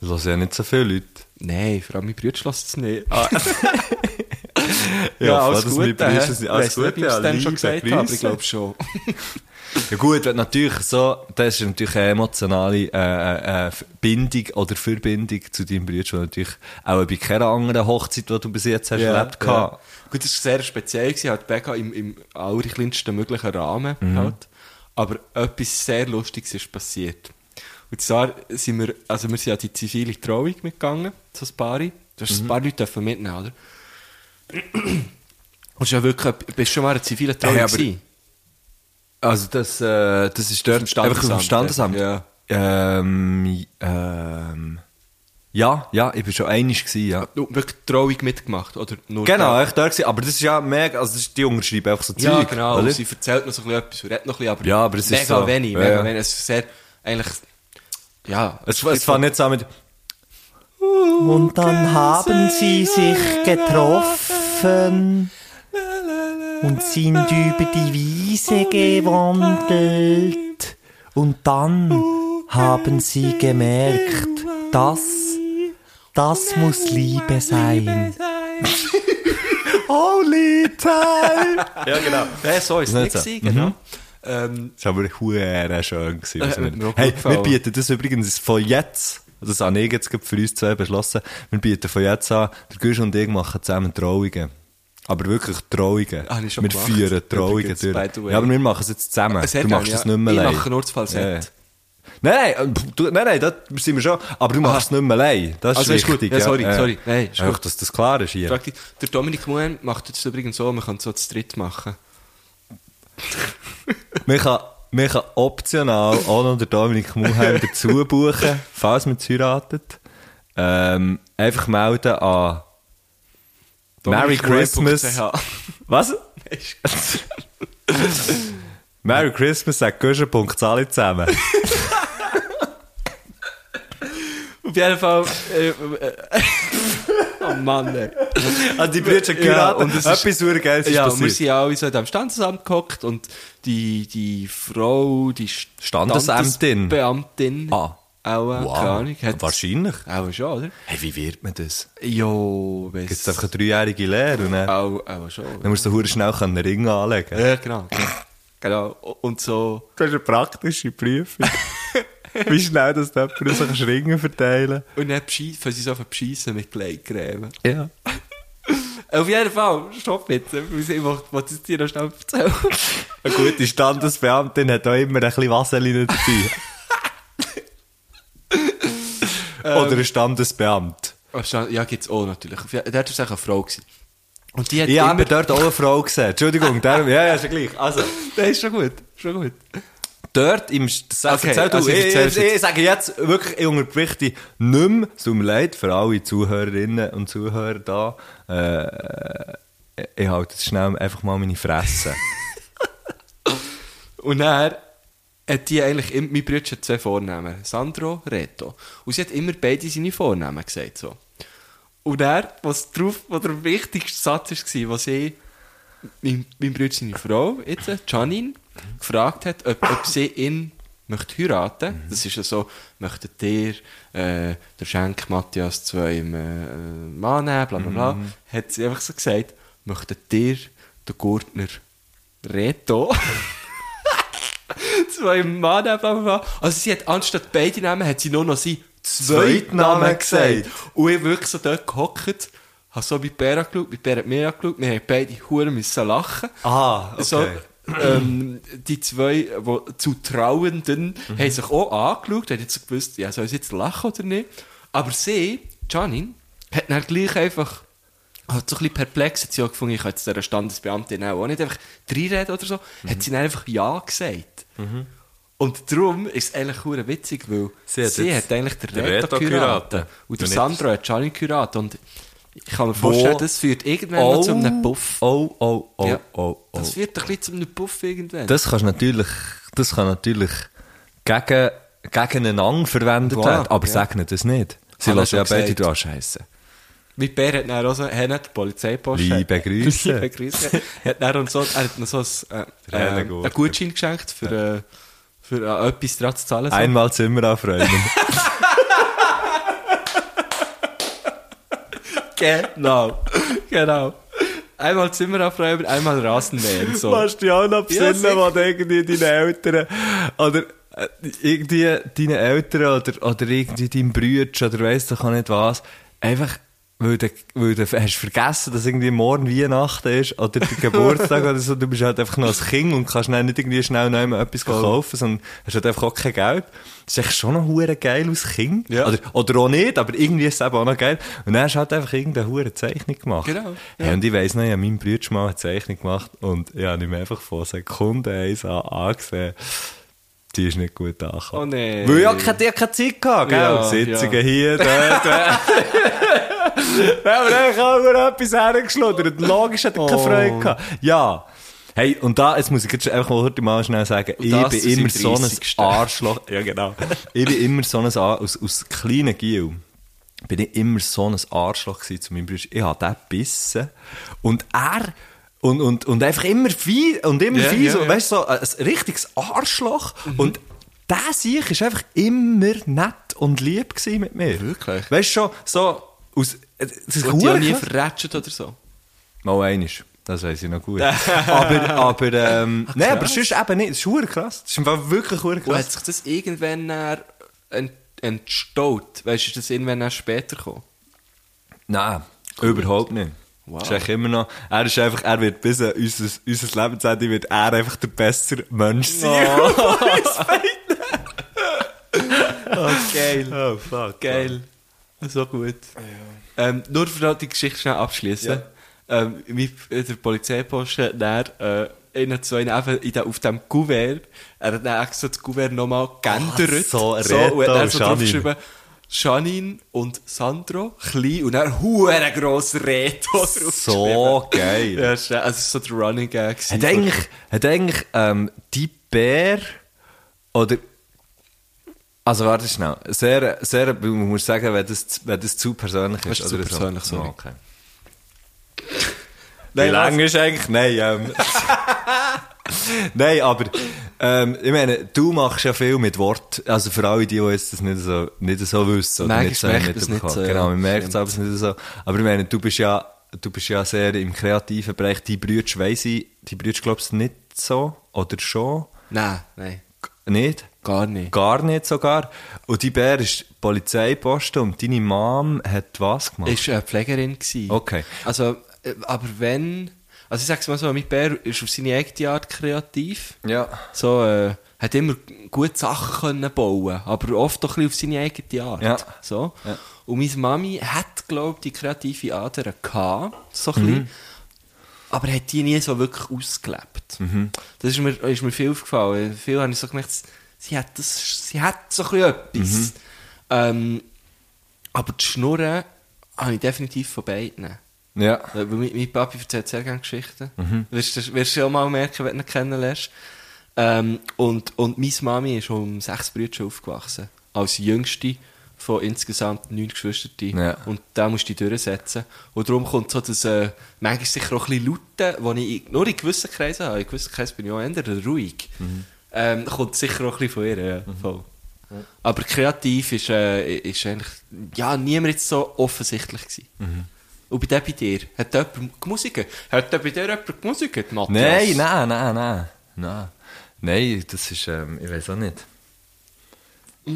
Das hören ja nicht so viele Leute. Nein, vor allem mein Bruder lässt es nicht. Ich hoffe, dass mein Bruder hä? es nicht- Alles Weiss nicht, Gute, ob ich es ja, dann schon Liebe, gesagt habe, aber Grüße. ich glaube schon. Ja gut, wenn natürlich so, das ist natürlich eine emotionale äh, äh, Bindung oder Verbindung zu deinem Bruder, die natürlich auch bei keiner anderen Hochzeit, die du bis jetzt hast, erlebt hast. Ja. Gut, das war sehr speziell, gewesen, halt Bega im, im Mhm. allerkleinsten möglichen Rahmen. Halt. Aber etwas sehr Lustiges ist passiert. Und zwar sind wir, also wir sind an die zivile Trauung mitgegangen, so ein paar. Du hast Mhm. ein paar Leute dürfen mitnehmen, oder? Und ist ja wirklich, bist schon mal eine zivile Trauung Hey, aber- gewesen? Also das, äh, das ist dort Standesamt, einfach auf dem Standesamt. ja. Ähm, ähm, ja, ja, ich war schon einig gewesen, ja. Du, wirklich die Trauung mitgemacht, oder? Nur Genau, die- ich da gewesen, aber das ist ja mega, also das ist die unterschreiben einfach so Ja, Zeug, genau. oder? Sie erzählt noch so ein bisschen etwas, redet noch ein bisschen, aber, Ja, aber es ist mega so- wenig, ja, mega ja. wenig. Es ist sehr, eigentlich, ja. Es, es fängt jetzt an mit, Und dann haben sie sich getroffen und sind über die Wiese gewandelt. Und dann haben sie gemerkt, dass das muss Liebe sein. Holy time! ja, genau. Nein, so ist es nicht Nicht so. Mhm. gewesen, genau. Ähm, Das war aber verdammt schön. Gewesen, hat mir auch gut hey, wir gefallen. bieten das übrigens von jetzt, also das habe ich jetzt gerade für uns zwei beschlossen, wir bieten von jetzt an, der Gusch und ich machen zusammen Trauungen. Aber wirklich Trauungen. Ah, habe ich schon wir gemacht. führen Trauungen Übrigens, durch. by the way. Ja, aber wir machen es jetzt zusammen. Ein Set Du machst habe es ich, nicht ja. mehr Ich allein. mache nur das Falsett. Ja, ja. Nein, nein, äh, du, nein, nein, da sind wir schon. Aber du machst es nicht mehr allein. Das ist Also ist gut. wichtig. Ja, sorry, sorry. Nein, ist Einfach, gut. dass das klar ist hier. Praktisch. Der Dominik Muen macht das übrigens so, man kann so zu dritt machen. Man kann, man kann optional auch noch den Dominik Mulheim dazu buchen, falls man zu heiratet. Ähm, einfach melden an Merry Christmas. Dominikmuen.ch. Was? Merry Christmas sagt Göschen.zali zusammen. Auf jeden Fall. Äh, äh, oh Mann, ey. Also die Brüder Ja, geheiratet und und es ist- etwas ist, Geiles ist Ja, und wir passiert. sind ja alle so in diesem Standesamt gehockt und die, die Frau, die St- Standesämtin. Standesbeamtin. Ah. Auch, äh, Wow. keine Ahnung. hat's- Wahrscheinlich. Auch schon, oder? Hey, wie wird man das? Ah. Jo, weiss. Gibt es einfach eine dreijährige Lehre und dann, Auch, auch schon. dann musst du so schnell einen Ring anlegen können. Ja, genau. genau. Und so. Das ist eine praktische Prüfung. wie schnell das jemand so einen Ringen verteilen Und dann beschissen, sie so beschissen mit Gleitcreme. Ja. Auf jeden Fall, stopp jetzt. Ich wollte es dir noch schnell erzählen. Eine gute Standesbeamtin hat auch immer ein bisschen Vaseline dabei. Oder ein Standesbeamt. Ah, sta- Ja, gibt es auch natürlich. Auf je- Dort war es eigentlich eine Frau. Gewesen. Und die hat Ich habe immer... dort auch eine Frau gesehen. Entschuldigung, der, ja, ja, ist ja gleich. Also, Das ist schon gut. Schon gut. dort im... St- Sag, Okay, erzähl du, also ich, erzähl's ich, jetzt. ich sage jetzt wirklich, ich unterbrich dich nicht mehr. Es tut mir leid für alle Zuhörerinnen und Zuhörer da. Äh, ich halte jetzt schnell einfach mal meine Fresse. Und dann hat die eigentlich immer, mein Bruder hat zwei Vornamen, Sandro, Reto. Und sie hat immer beide seine Vornamen gesagt. So. Und er, was drauf, was der wichtigste Satz war, was ich, mein, mein Bruder seine Frau, jetzt, äh, Janine, gefragt hat, ob, ob sie ihn möchte heiraten. Das ist ja so, möchtet ihr, äh, der Schenk Matthias zu einem äh, Mann nehmen, bla bla bla. Hat sie einfach so gesagt, möchtet ihr den Gurtner Reto? zwei Mann, bla bla bla. Also sie hat anstatt beide Namen, hat sie nur noch seinen Zweitnamen Zweitnamen gesagt. gesagt. Und ich wirklich so dort gehockt, habe so bei Bera geschaut, bei Bera hat mir angeschaut, wir haben beide Huren müssen lachen. Ah, okay. So, ähm, die zwei die zu Trauenden Mhm. haben sich auch angeschaut, haben jetzt so gewusst, ja, soll ich jetzt lachen oder nicht? Aber sie, Janine, hat dann gleich einfach hat so ein bisschen perplex, hat sie auch gefunden, ich kann jetzt dieser Standesbeamtin auch nicht einfach reinreden oder so, Mhm. hat sie dann einfach Ja gesagt. Und darum ist es eigentlich hure witzig, weil sie Sie hat, hat jetzt eigentlich den den Reto Reto geheiratet. geheiratet. Und der Und jetzt- Sandro hat Janine geheiratet. Und ich kann mir vorstellen, das führt irgendwann mal zu einem Puff. Oh, oh, oh, Ja. oh, Dus oh. Das wird ein bisschen zu einem Puff irgendwann. Das kannst natürlich, das kann natürlich gegen, gegeneinander verwendet Voilà, werden, aber ja. Ah, sag nicht das nicht. Sie Haben wir lassen ja schon beide gesagt. dran scheissen. Mein Bär hat dann auch so, er hat die Polizeipost. Liebe Grüße. Liebe Grüße. hat dann und so, er hat noch so ein, äh, Herr äh, Gurtner. einen Gutschein geschenkt, für, äh, für äh, etwas dran zu zahlen. So. Einmal Zimmer aufräumen. Genau. genau. Einmal Zimmer aufräumen, einmal Rasenmähen. So. dich auch noch Ja, sicher. wo du irgendwie deine Eltern oder äh, irgendwie deine Eltern oder, oder irgendwie dein Brütsch oder weiss doch auch nicht was, einfach Weil du, weil du hast vergessen, dass irgendwie morgen Weihnachten ist oder der Geburtstag oder so. Du bist halt einfach noch ein Kind und kannst dann nicht irgendwie schnell noch mal etwas kaufen, sondern hast halt einfach auch kein Geld. Das ist echt schon noch hure geil als Kind. Ja. Oder, oder auch nicht, aber irgendwie ist es eben auch noch geil. Und dann hast du halt einfach irgendeine hure Zeichnung gemacht. Genau, Hey, und ich weiss noch, ich habe meinem Bruder schon mal eine Zeichnung gemacht und ich habe ihm einfach von Sekunde eins an angesehen, die ist nicht gut angekommen. Oh nee. Weil ich ja keine, ich hab keine Zeit gehabt, gell? Ja, Sitzungen ja. hier, dort, Ja, aber dann haben wir etwas hergeschleudert. Logisch hat er Oh. keine Freude gehabt. Ja. Hey, und da, jetzt muss ich jetzt einfach mal heute mal schnell sagen, ich das bin zu immer seinem so ein 30.. Arschloch. Ja, genau. ich bin immer so ein, Ar- aus, aus kleinen Giel, bin ich immer so ein Arschloch gewesen zu meinem Bruder. Ich habe den gebissen. Und er, und, und, und einfach immer viel, und immer Ja, viel, ja, so, ja. Mhm. weißt du, so ein richtiges Arschloch. Und der sich ist einfach immer nett und lieb gewesen mit mir. Wirklich? Weißt du schon, so, aus, das ist Und die auch nie verdammt- verrätscht oder so. Mal einisch. Das weiß ich noch gut. aber, aber, ähm, nein, aber sonst eben nicht. Das ist verdammt krass. Das ist im Fall wirklich verdammt Und hat krass. sich das irgendwann dann ent entstaut? Weißt du, ist das irgendwann dann später gekommen? Nein, überhaupt nicht. Wow. Ist eigentlich immer noch, er ist einfach, er wird bis an unser, unser Lebensende wird er einfach der bessere Mensch sein. Geil. Oh, fuck. Geil. So gut. Ähm, nur für die Geschichte schnell abschließen. Ähm, wie der Polizeiposten, der äh, einer zu einem eben in der, auf dem Kuvert, er hat dann extra das Kuvert nochmal geändert. Ah, so Reto, und hat dann Janine. so draufgeschrieben, Janine und Sandro, klein, und dann huere grosser Reto So geil. Ja, ist, äh, also es war so der Running Gag. Hat eigentlich, hat eigentlich ähm, die Bär oder also warte schnell, sehr, sehr, man muss sagen, wenn das, zu- wenn das zu persönlich ist. Das ist zu oder persönlich, sorry. okay. Nein, Wie lang ist eigentlich? Nein, ähm, Nein, aber ähm, ich meine, du machst ja viel mit Wort. Also für alle, die, die jetzt das nicht so, nicht so wissen. Manchmal nicht so merkt man es nicht mitbekommen. so, ja, Genau, man merkt es stimmt. aber nicht so. Aber ich meine, du bist ja, du bist ja sehr im kreativen Bereich. Die Brüder, weiss ich, die Brüder glaubst du nicht so? Oder schon? Nein, nein, Nicht? gar nicht. Gar nicht sogar. Und die Bär ist Polizeiposten und deine Mom hat was gemacht? Ist eine Pflegerin gewesen. Okay. Also, äh, aber wenn, also ich sag's mal so, mein Bär ist auf seine eigene Art kreativ. ja. So, äh, hat immer gute Sachen können bauen, aber oft auch ein bisschen auf seine eigene Art. Ja. So. Und meine Mami hat, glaube ich, die kreative Ader gehabt, so ein Mhm. bisschen, aber hat die nie so wirklich ausgelebt. Mhm. Das ist mir, ist mir viel aufgefallen. Viel habe ich so gemerkt, sie hat, das, sie hat so ein bisschen etwas. Mhm. Ähm, aber die Schnurren habe ich definitiv von beiden. Ja. Weil mein, mein Papi erzählt sehr gerne Geschichten. Mhm. Wirst du wirst du auch mal merken, wenn du ihn kennenlernst. Ähm, und, und meine Mami ist um sechs Brüder schon aufgewachsen. Als jüngste von insgesamt neun Geschwistern. Ja. Und da musst du dich durchsetzen. Und darum kommt so das, äh, manchmal sicher auch ein bisschen Laute, wo ich in- nur in gewissen Kreisen habe. In gewissen Kreisen bin ich auch eher ruhig. Mhm. Ähm, kommt sicher auch ein bisschen von ihr, ja. Voll. Aber kreativ ist, äh, ist eigentlich, ja, niemand jetzt so offensichtlich gewesen. Mhm. Und bei dem bei dir, hat jemand gemusikert? Hat da bei dir jemand gemusikert, Nein, Matthias? nein, nein, nein. Nein, nein das ist, ähm, ich weiß auch nicht.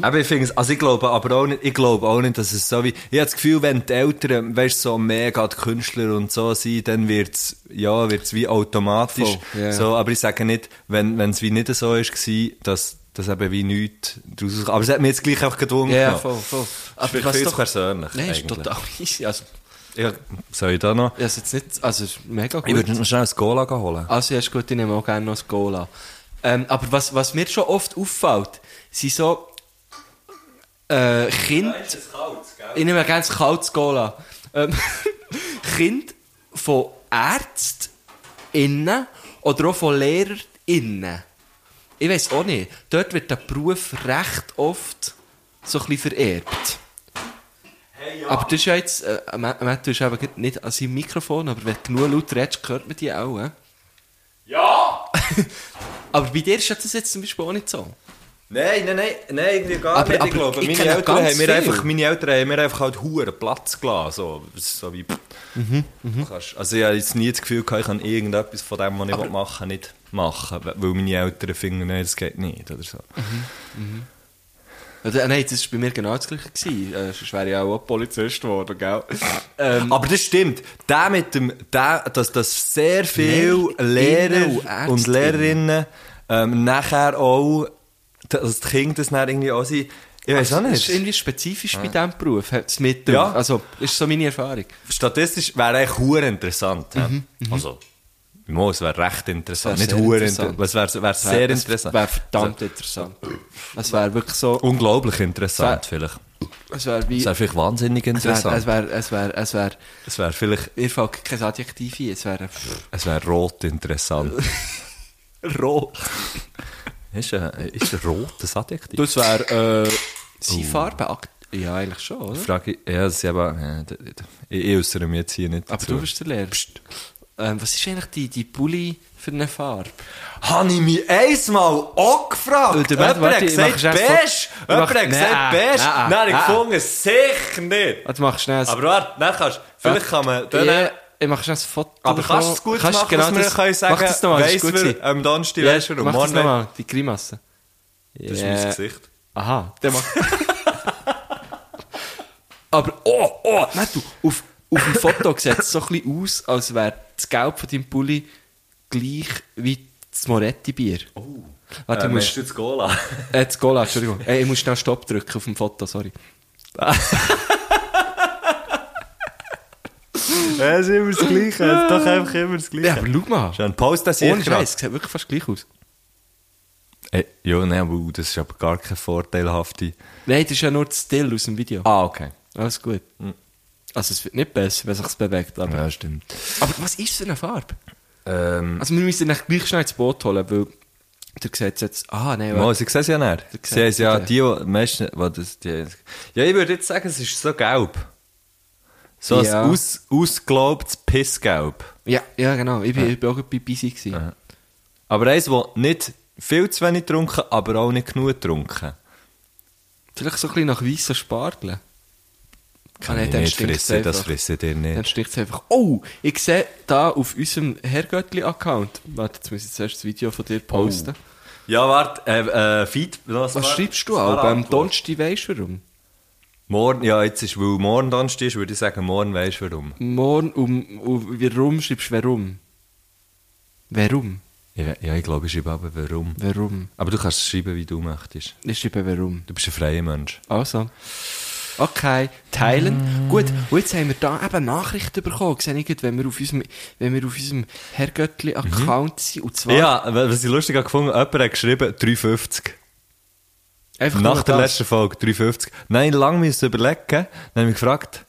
Aber ich finde es, also ich glaube aber auch nicht, ich glaube auch nicht, dass es so wie, ich habe das Gefühl, wenn die Eltern, weißt so mega die Künstler und so sind, dann wird's, ja, wird's wie automatisch. Voll, ja. So, aber ich sage nicht, wenn, wenn's wie nicht so ist gewesen, dass, dass eben wie nichts draus Aber es hat mir jetzt gleich auch gedwungen. Ja, genommen. voll, voll. Das ist was viel zu persönlich. Nein, ist eigentlich. total easy. Also, Ja, soll ich da noch? also jetzt nicht, also es ist mega Ich würde gut. noch schnell ein Cola holen. Also ja, ist gut, ich nehme auch gerne noch das Goal an. Ähm, aber was, was mir schon oft auffällt, sind so äh, Kinder... Ich nehme ein ganz kaltes Goal an. Ähm, Kinder von ÄrztInnen oder auch von LehrerInnen. Ich weiß auch nicht. Dort wird der Beruf recht oft so ein bisschen vererbt. Aber du hast ja jetzt, äh, Matt, Matt, du hast eben gerade nicht an seinem Mikrofon, aber wenn du genug laut redest, hört man die auch, Ja! aber bei dir ist das jetzt zum Beispiel auch nicht so. Nein, nein, nein, nein, irgendwie gar Aber- nicht. aber ich glaube, ich meine, kenne Eltern ganz haben mir viel. einfach, meine Eltern haben mir einfach halt huren Platz gelassen. So, Es ist so wie, pff, kannst, also ich habe jetzt nie das Gefühl gehabt, ich kann irgendetwas von dem, was ich will machen will, nicht machen. Weil meine Eltern finden, nein, das geht nicht oder so. Oder, Also, nein, das war bei mir genau das gleiche. gewesen. Äh, sonst wäre ich auch Polizist geworden, gell? ähm, Aber das stimmt. Der mit dem, der, dass, dass sehr viele Lehrer und und, Ärztinnen. Lehrerinnen ähm, nachher auch, dass die Kinder das dann irgendwie auch sind. Ich weiß auch Ah, Das ist nicht. Ah. irgendwie spezifisch bei diesem Beruf. hat's Mit dem, Ja. Also, ist so meine Erfahrung. Statistisch wäre eigentlich hure interessant. hä? Also, mo, es wäre recht interessant. Mhm, Wär Nicht sehr hure interessant. interessant. Es wäre wär sehr interessant. Wäre verdammt interessant. Es wäre wirklich so. Unglaublich interessant, Wär- vielleicht. Es wäre wie. Es wäre vielleicht wahnsinnig Es wäre. Es interessant. wäre. Es wäre. Es wäre. Es wäre vielleicht, Mir fällt kein Adjektiv ein. Es wäre. pff, es wäre rot interessant. Rot. ist, ein, ist ein rotes Adjektiv? Das wäre. Äh, Seine Farbe. akt- Ja, eigentlich schon, oder? Frage ich, ja, das ist eben, ja, d- d- d- ich, ich äußere mich jetzt hier nicht Aber du bist der Lehrer. Ähm, was ist eigentlich die, die Pulli für eine Farbe? Habe ich mich einmal auch gefragt. Äh, der Moment, warte, ich mach erst vor- beige. ich Jemand mach- hat gesagt Nein, beige. nein, Nein, habe ich nein. gefunden, sicher nicht. Ah, du machst schnell ein- Aber warte, dann kannst vielleicht kann man... Dann, Ja, ich mache schnell ein Foto. aber kannst du es gut machen, dass wir können sagen, Mach genau das nochmal, das ist weiss ähm, gut gewesen. wer am Donnerstag Ja, weiss wer und mach das morgen nicht. nochmal, die Grimasse. Das ist mein Gesicht. Aha, der macht. Aber, oh, oh, nein, du, auf, auf dem Foto sieht es so ein bisschen aus, als wäre das Gelb von deinem Pulli gleich wie das Moretti-Bier. Oh. Warte, Äh, du musst musst, du jetzt gehen lassen? äh, das Gola, Entschuldigung. Ey, ich muss schnell Stopp drücken auf dem Foto, sorry. Es ist immer das Gleiche. Es ist doch einfach immer das Gleiche. Ja, aber schau mal. Schön, post das hier Ohne Scheiß, es sieht wirklich fast gleich aus. Äh, ja, nein, aber das ist aber gar keine vorteilhafte... Nein, das ist ja nur das Still aus dem Video. Ah, okay. Alles gut. Also es wird nicht besser, wenn sich bewegt. Aber, Hm. Ja, stimmt. aber was ist für eine Farbe? Ähm, Also wir müssen ihn gleich schnell ins Boot holen, weil der sieht jetzt... Ah, nein, Mal, warte. sie sehen es ja nicht. Sie Sie haben es ja, sehen es die, die meisten, die das, die, ja, ich würde jetzt sagen, es ist so gelb. So Ja. ein aus, ausgelaubtes Pissgelb. Ja, ja, genau. Ich bin, ich bin auch bei Busy gewesen. Aber eins, das nicht viel zu wenig getrunken, aber auch nicht genug getrunken. Vielleicht so ein bisschen nach weissen Spargeln. Kann Ah, nein, ich dann nicht stinkt's fressen, das einfach. fressen dir Dann nicht. sticht es einfach... Oh, ich sehe da auf unserem Herrgöttli-Account... Warte, jetzt muss ich zuerst das Video von dir posten. Oh. Ja, warte, äh, äh, Feed, Was schreibst du auch? Am Donnerstag weisst du warum? Morgen, ja, jetzt ist, weil morgen Donnerstag ist, würde ich sagen, morgen weisst du warum. Morgen um... um warum schreibst du warum? Warum? Ja, ja, ich glaube, ich schreibe aber warum. Warum? Aber du kannst schreiben, wie du möchtest. Ich schreibe warum. Du bist ein freier Mensch. Also. Okay, Mm. teilen. Gut, und jetzt haben wir da eben Nachrichten bekommen. Sehe ich, gerade, wenn wir auf unserem, wenn wir auf unserem Herrgöttli-Account sind. Und zwar Mhm. Ja, was ich lustig habe gefunden, jemand hat geschrieben, 3,50. einfach Nach nur der das. letzten Folge, 3,50. Nein, lange müssen überlegen. Dann habe ich mich gefragt,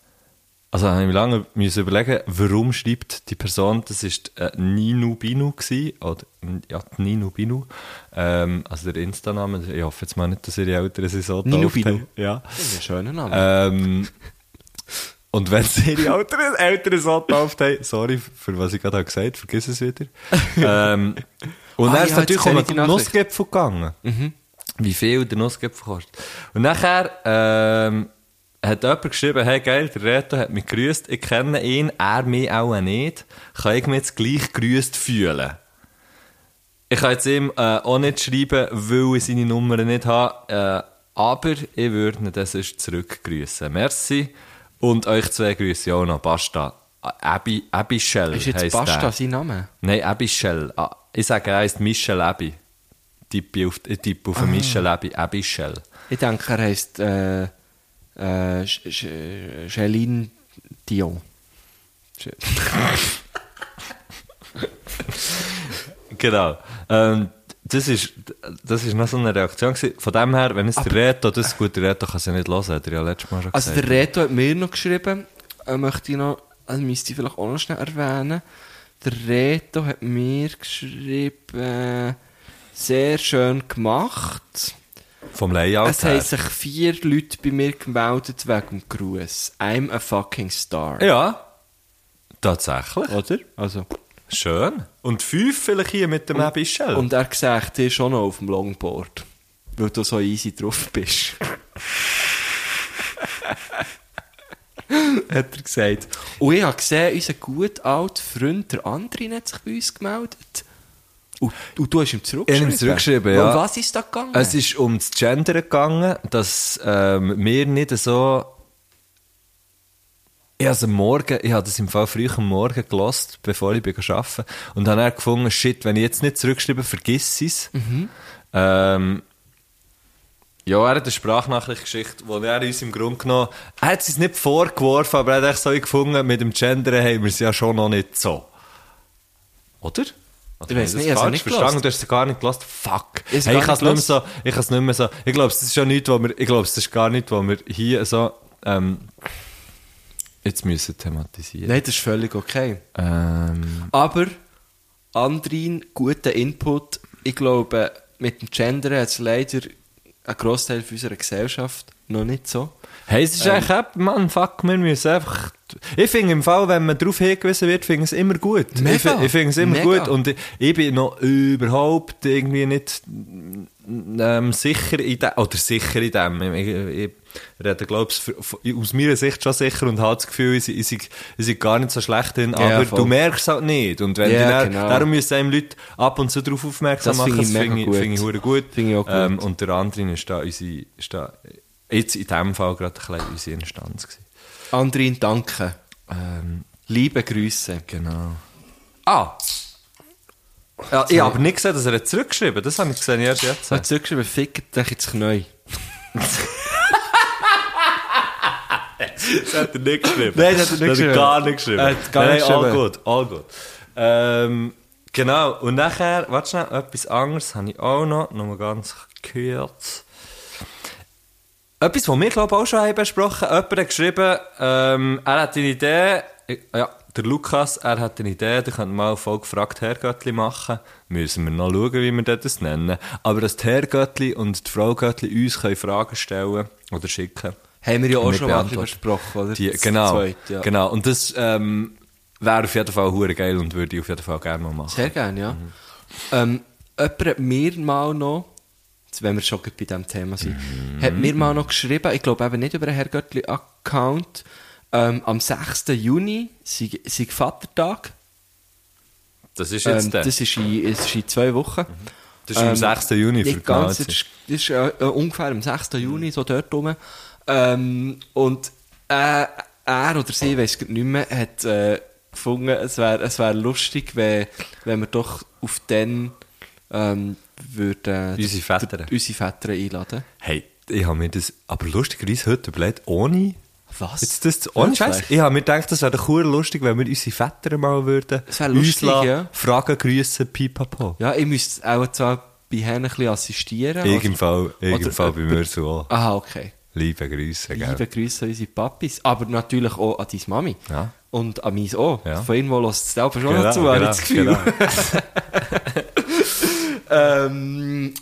also habe ich mich lange müssen überlegen, warum schreibt die Person, das war äh, Nino Binu, gewesen, oder, ja, die Nino Binu, ähm, also der Insta-Name, ich hoffe jetzt mal nicht, dass ihre Eltern sie so Nino getauft Binu. haben. Ja. Das ist ein schöner Name. Ähm, und wenn sie ihre Eltern, Eltern so getauft haben, sorry, für was ich gerade gesagt habe, vergiss es wieder. ähm, und Ah, dann ja, ist es natürlich jetzt sehe um ich die den Nachricht. Mhm. Nussgipfel gegangen. Wie viel der Nussgipfel kostet. Und nachher ähm, hat jemand geschrieben, hey geil, der Reto hat mich grüßt, ich kenne ihn, er mich auch nicht. Kann ich mich jetzt gleich grüßt fühlen? Ich kann jetzt ihm äh, auch nicht schreiben, weil ich seine Nummer nicht habe. Äh, aber ich würde ihn das ist zurückgrüßen. Merci. Und euch zwei grüße ich auch noch. Basta. Äh, Abby, Abby Shell. ist jetzt Basta sein Name? Nein, Abby Shell. Ah, ich sage, er heisst Michel Abby. Tippe auf, ich tippe Ah. auf Michel Abby. Abby Shell. Ich denke, er heisst äh, äh, Sch- Sch- Céline Dion. Sch- Genau. Ähm, das ist, das ist noch so eine Reaktion. gewesen. Von dem her, wenn es der Reto, das ist gut, der Reto kann es ja nicht hören, hat er ja letztes Mal schon Also gesagt. der Reto hat mir noch geschrieben, äh, möchte ich noch, also müsste ich vielleicht auch noch schnell erwähnen. Der Reto hat mir geschrieben, sehr schön gemacht. Vom Layout Es her. haben sich vier Leute bei mir gemeldet wegen dem Gruß. I'm a fucking star. Ja. Tatsächlich. Oder? Also. Schön. Und fünf vielleicht hier mit dem Abischel. Und er sagt dir schon noch auf dem Longboard. Weil du so easy drauf bist. hat er gesagt. Und ich habe gesehen, unser gut alter Freund, der Andrin, hat sich bei uns gemeldet. Und, und du hast ihm Ich habe zurückgeschrieben? ihm zurückgeschrieben, Und ja. was ist da gegangen? Es ist um das Gender gegangen, dass ähm, wir nicht so. Ich habe Morgen, ich habe das im Fall früh am Morgen gelost, bevor ich bin arbeiten und habe dann gefunden, shit, wenn ich jetzt nicht zurückschreibe, vergiss es. Mhm. Ähm, ja, er hat eine Sprachnachricht geschickt, wo er uns im Grunde genommen, er hat es nicht vorgeworfen, aber er hat echt so gefunden, mit dem Gender haben wir es ja schon noch nicht so. Oder? Oder Ich habe weiss das nicht, ich habe es falsch nicht verstanden? gehört. Du hast es gar nicht gehört? Fuck. Ich habe es Hey, gar ich kann es nicht nicht mehr so, ich kann es nicht mehr so, ich glaube, das ist ja nichts, was wir, ich glaube, das ist gar nicht, was wir hier so, ähm, jetzt müssen thematisieren. Nein, das ist völlig okay. Ähm, Aber, Andrin, guter Input. Ich glaube, mit dem Gender hat es leider ein Großteil unserer Gesellschaft noch nicht so. hey, es ist Ähm. eigentlich, eben, Mann, fuck, wir müssen einfach, ich finde im Fall, wenn man darauf hingewiesen wird, finde ich es immer gut. Ich Mega. fi- Ich finde es immer Mega. gut und ich, ich bin noch überhaupt irgendwie nicht, ähm, sicher in dem, oder sicher in dem, ich, ich, ich rede, glaube ich, aus meiner Sicht schon sicher und habe das Gefühl, ich, ich, ich, ich sei gar nicht so schlecht hin, Ja, aber voll. du merkst es halt nicht. Und wenn Ja, die dann, genau. darum müssen einem Leute ab und zu darauf aufmerksam Das machen, finde ich das mega finde ich, gut. finde ich hure gut. Finde ich auch gut. Ähm, und der andere ist da unsere, ist da jetzt in diesem Fall gerade ein bisschen unsere Instanz gewesen. Andrin, danke. Ähm, Liebe Grüße. genau. Ah! Ja, ich habe aber nicht gesehen, dass er hat zurückgeschrieben hat, das habe ich gesehen erst jetzt. Hat zurückgeschrieben, fickt dich ins Knie. Das hat er nicht geschrieben. Nein, das hat er nicht geschrieben. gar nicht geschrieben. Er hat gar Nein, nicht all geschrieben. gut, all gut. Ähm, genau, und nachher, warte schnell, etwas anderes habe ich auch noch, nur ganz kurz. Etwas, was wir, glaube ich, auch schon haben besprochen haben. Jemand hat geschrieben, ähm, er hat eine Idee, ich- ja, der Lukas, er hat eine Idee, da könnte mal voll gefragt Herrgöttli machen. Müssen wir noch schauen, wie wir das nennen. Aber dass die Herrgöttli und die Frau Göttli uns können Fragen stellen oder schicken Haben wir ja auch Mit schon mal beantwortet. drüber gesprochen, oder? die, Das genau, Zweite, ja. genau. Und das ähm, wäre auf jeden Fall hure geil und würde ich auf jeden Fall gerne mal machen. Sehr gerne, ja. Ähm, jemand hat mir mal noch, jetzt, wenn wir schon gerade bei diesem Thema sind, hat mir mal noch geschrieben, ich glaube eben nicht über einen Herrgöttli-Account, ähm, am 6. Juni, sei, sei Vatertag. Das ist Ähm, jetzt der. Mhm. das, ist in, es ist in zwei Wochen. Das ist am 6. Juni für für die ganz, Das Nazis. ist, das ist äh, äh, ungefähr am 6. Juni, so dort rum. Ähm, und äh, er oder sie, ich weiß nicht mehr, hat äh, gefunden, es wäre es wär lustig, wenn, wenn wir doch auf den ähm, würden Unsere Väter. unsere Väter einladen. Hey, ich habe mir das aber lustigerweise heute überlegt, ohne. Was? Jetzt das, ohne Wirklich? oh, Scheiß. Ich habe mir gedacht, das wäre doch hure lustig, wenn wir unsere Väter mal würden. Das wäre uns lustig, lassen, ja. Fragen, grüßen, pipapo. Ja, ich müsste auch zwar bei Herrn ein bisschen assistieren. Ja, Irgendfall, oder- irgendfall bei mir so auch. Aha, okay. Liebe Grüße, gell. Liebe Grüße an unsere Papis, aber natürlich auch an deine Mami. Ja. Und an mich auch. Ja. Von irgendwo lässt es selber schon Genau, dazu, habe ich das Gefühl. genau, ähm,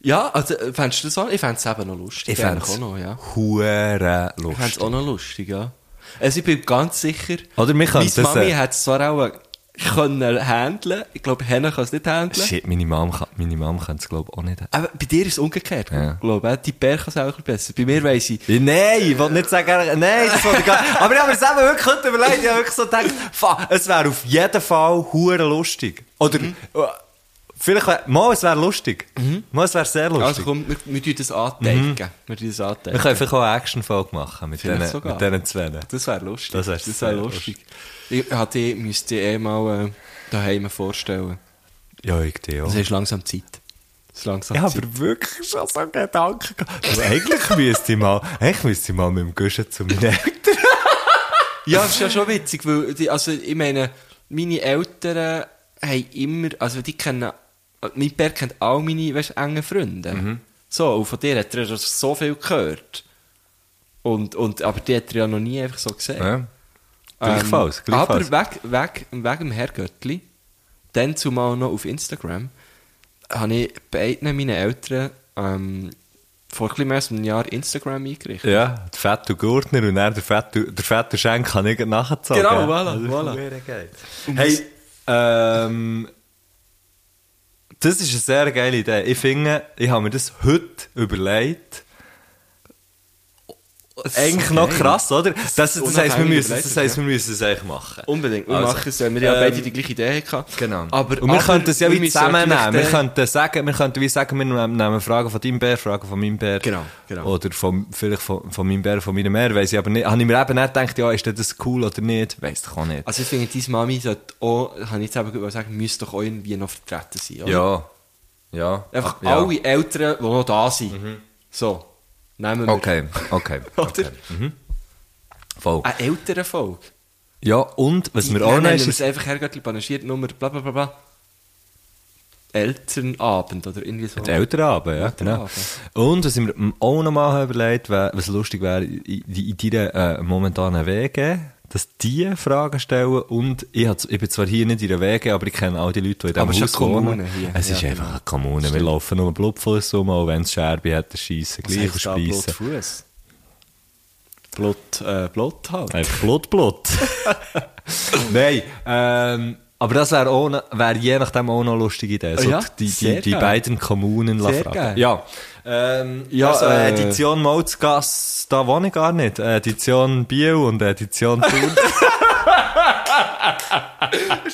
ja, also äh, fändest du das auch? Ich fände es eben noch lustig. Ich fände Eigentlich auch noch, ja. es hure Ich fände es lustig. auch noch lustig, ja. Also ich bin ganz sicher, Oder wir könnten meine das, Mami äh, hat es zwar auch können handeln, ich glaube, Hannah kann es nicht handeln. Shit, meine Mom, kann- meine Mom könnte es glaube ich auch nicht. Aber bei dir ist es umgekehrt, Ja. glaube ich. Die Bär kann es auch ein bisschen besser. Bei mir weiss ich, Ja, Nein, ich wollte nicht sagen, nein, das wollte ich gar nicht. Aber ich habe mir selber wirklich heute überlegt, ich habe wirklich so gedacht, fuck, es wäre auf jeden Fall hure lustig. Oder, äh, vielleicht, wär, mal, es wäre lustig. Mal, es wäre sehr lustig. also komm, wir, wir tun das andenken. Wir tun das Mhm. wir andenken. können vielleicht auch eine Action-Folge machen mit Vielleicht diesen, sogar. mit diesen zwei. Das wäre lustig. Das wär wär sehr Ich hatte, ich müsste eh mal äh, daheim vorstellen. Ja, ich dir auch. Es ist langsam Zeit. Es ist langsam Ich Zeit. habe wirklich schon so Gedanken gehabt. Also eigentlich müsste ich mal, eigentlich müsste ich mal mit dem Guschen zu meinen Eltern. Ja, das ist ja schon witzig, weil, die, also, ich meine, meine Eltern haben immer, also, die kennen, mein Bär kennt all meine, weißt, engen Freunde. Mhm. So, und von dir hat er ja so viel gehört. Und, und, aber die hat er ja noch nie einfach so gesehen. Ähm, Gleichfalls, gleichfalls. Aber weg, weg, wegen dem Herrgöttli, dann zumal noch auf Instagram, habe ich beiden meinen Eltern ähm, vor etwas mehr als einem Jahr Instagram eingerichtet. Ja, der fette Gurtner und dann der fette, der fette Schenk kann nicht nachgezogen. Genau, voilà, voilà. Hey, ähm, das ist eine sehr geile Idee. Ich finde, ich habe mir das heute überlegt. Eigentlich noch krass, oder? Das, das, heisst, wir unabhängige müssen, das Begleiter, heisst, wir müssen es eigentlich machen. Unbedingt. Wir Also, machen es, wenn wir ja ähm, beide eh, die gleiche Idee hatten. Genau. Aber, und wir aber könnten es ja wir wie müssen zusammennehmen. Wir natürlich den- könnten sagen, wir könnten wie sagen, wir nehmen- nehmen Fragen von deinem Bär, Fragen von meinem Bär. Genau, genau. Oder von, vielleicht von, von meinem Bär, von meiner Bär, weiss ich aber nicht. Habe ich mir eben nicht gedacht, ja, ist das cool oder nicht? Weiss doch auch nicht. Also ich finde, deine Mami sollte auch, habe ich jetzt eben gerade sagen, müsste doch auch irgendwie noch vertreten sein, oder? ja. Ja. Einfach ja. Mhm. alle Eltern, die noch da sind. So, nehmen wir Okay, okay. Oder? Voll. eine Elternfolge. Ja, und was Die- wir auch Dann noch nehmen wir ist, es einfach hergöttlich panaschiert, Nummer bla bla bla bla. Elternabend oder irgendwie so. Die Elternabend, ja, genau. Elternabend. Und was ich mir auch nochmal überlegt wär- was lustig wäre, in, in deiner äh, momentanen Wege, dass die Fragen stellen und ich, hab, ich bin zwar hier nicht in der Wege, aber ich kenne all die Leute, die in diesem Aber es ist Haus eine Kommune wohnen. hier. Es ist Ja, genau. einfach eine Kommune. Wir laufen nur Blutfuss rum, auch wenn es Scherbe hat, dann schiessen gleich und speissen. Blutfuß. Blut, eh, äh, Blut halt. Einfach Blut, Blut. Nein, ähm, aber das wäre auch noch- wär je nachdem auch noch eine lustige Idee. So ja? die, die, Sehr die geil. beiden Kommunen Sehr fragen. geil. Ja. Ähm, ja, Ja, also, äh, Edition Malzgas, da wohne ich gar nicht. Äh, Edition Biel und Edition Thun.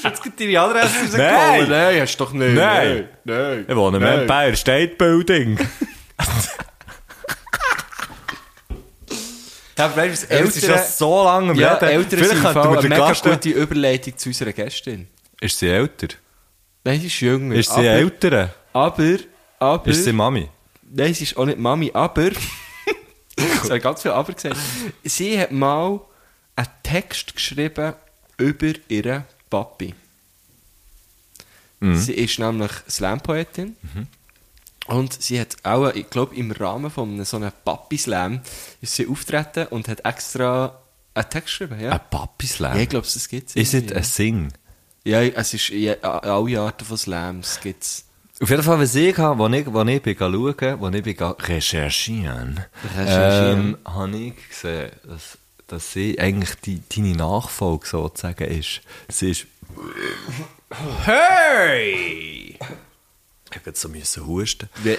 Jetzt gibt deine Adresse rausgeholt. Nein, hast du doch nicht. Nein. nein. ich wohne im nein. Empire State Building. Ja, weißt du, Es ist schon so lange im ja, Reden. Eltern sind im könnten Fall wir eine den mega Gast- gute Überleitung zu unserer Gästin. Ist sie älter? Nein, sie ist jünger. Ist sie aber, älter? Aber, aber... Ist sie Mami? Nein, sie ist auch nicht Mami, aber. Es hat ganz viel aber gesagt. Sie hat mal einen Text geschrieben über ihren Papi. Sie ist nämlich Slam-Poetin. Und sie hat auch, ich glaube, im Rahmen von einem so einem Papi-Slam ist sie auftreten und hat extra einen Text geschrieben. Ja, Ein Papislam? ja ich glaube, das gibt es. Ist es ein Sing? Ja, es ist ja, alle Arten von Slams gibt es. Auf jeden Fall, was ich habe, wo ich, wo ich bin schauen, wo ich bin recherchieren, Recherchieren. ähm, habe ich gesehen, dass, dass sie eigentlich die, deine Nachfolge sozusagen ist. Sie ist... Hey! Ich hab grad so müssen husten. Wie,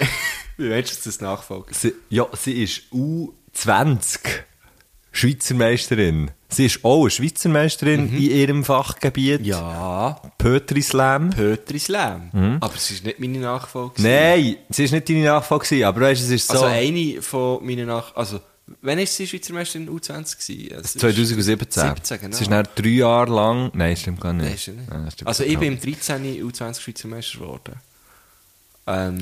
wie willst du das nachfolgen? Sie, ja, sie ist U20 Schweizer Meisterin. Sie ist auch eine Schweizer Meisterin in ihrem Fachgebiet. Mhm. Ja. Pötri Slam. Pötri Slam. Aber es ist nicht meine Nachfolge. Mhm. Nein, sie ist nicht deine Nachfolge, gewesen, aber weißt, es ist so... Also eine von meinen Nach... Also, wann war sie Schweizer Meisterin U20? Gewesen? Es ist- 2017. 17, genau. Es ist dann drei Jahre lang. Nein, stimmt gar nicht. Nein, ist sie nicht. Nein, stimmt also gar ich bin nicht. im 13. U20 Schweizer Meister geworden. Ähm,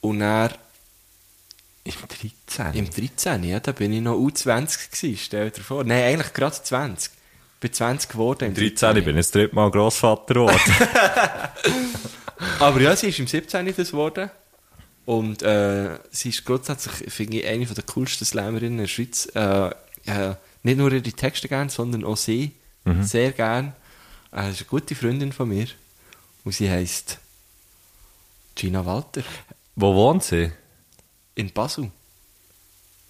und dann im 13. im 13. Ja, da bin ich noch U20 gewesen, stell dir vor. Nein, eigentlich gerade 20. Ich bin 20 geworden im 13, ich bin jetzt drittes Mal Grossvater geworden. Aber ja, sie ist im 17. das geworden. Und äh, sie ist grundsätzlich, finde ich, eine von der coolsten Slammerinnen in der Schweiz. Äh, äh, nicht nur ihre Texte gern, sondern auch sie. Mhm. Sehr gern. Äh, sie ist eine gute Freundin von mir. Und sie heisst Gina Walter. Wo wohnt sie? In Basel.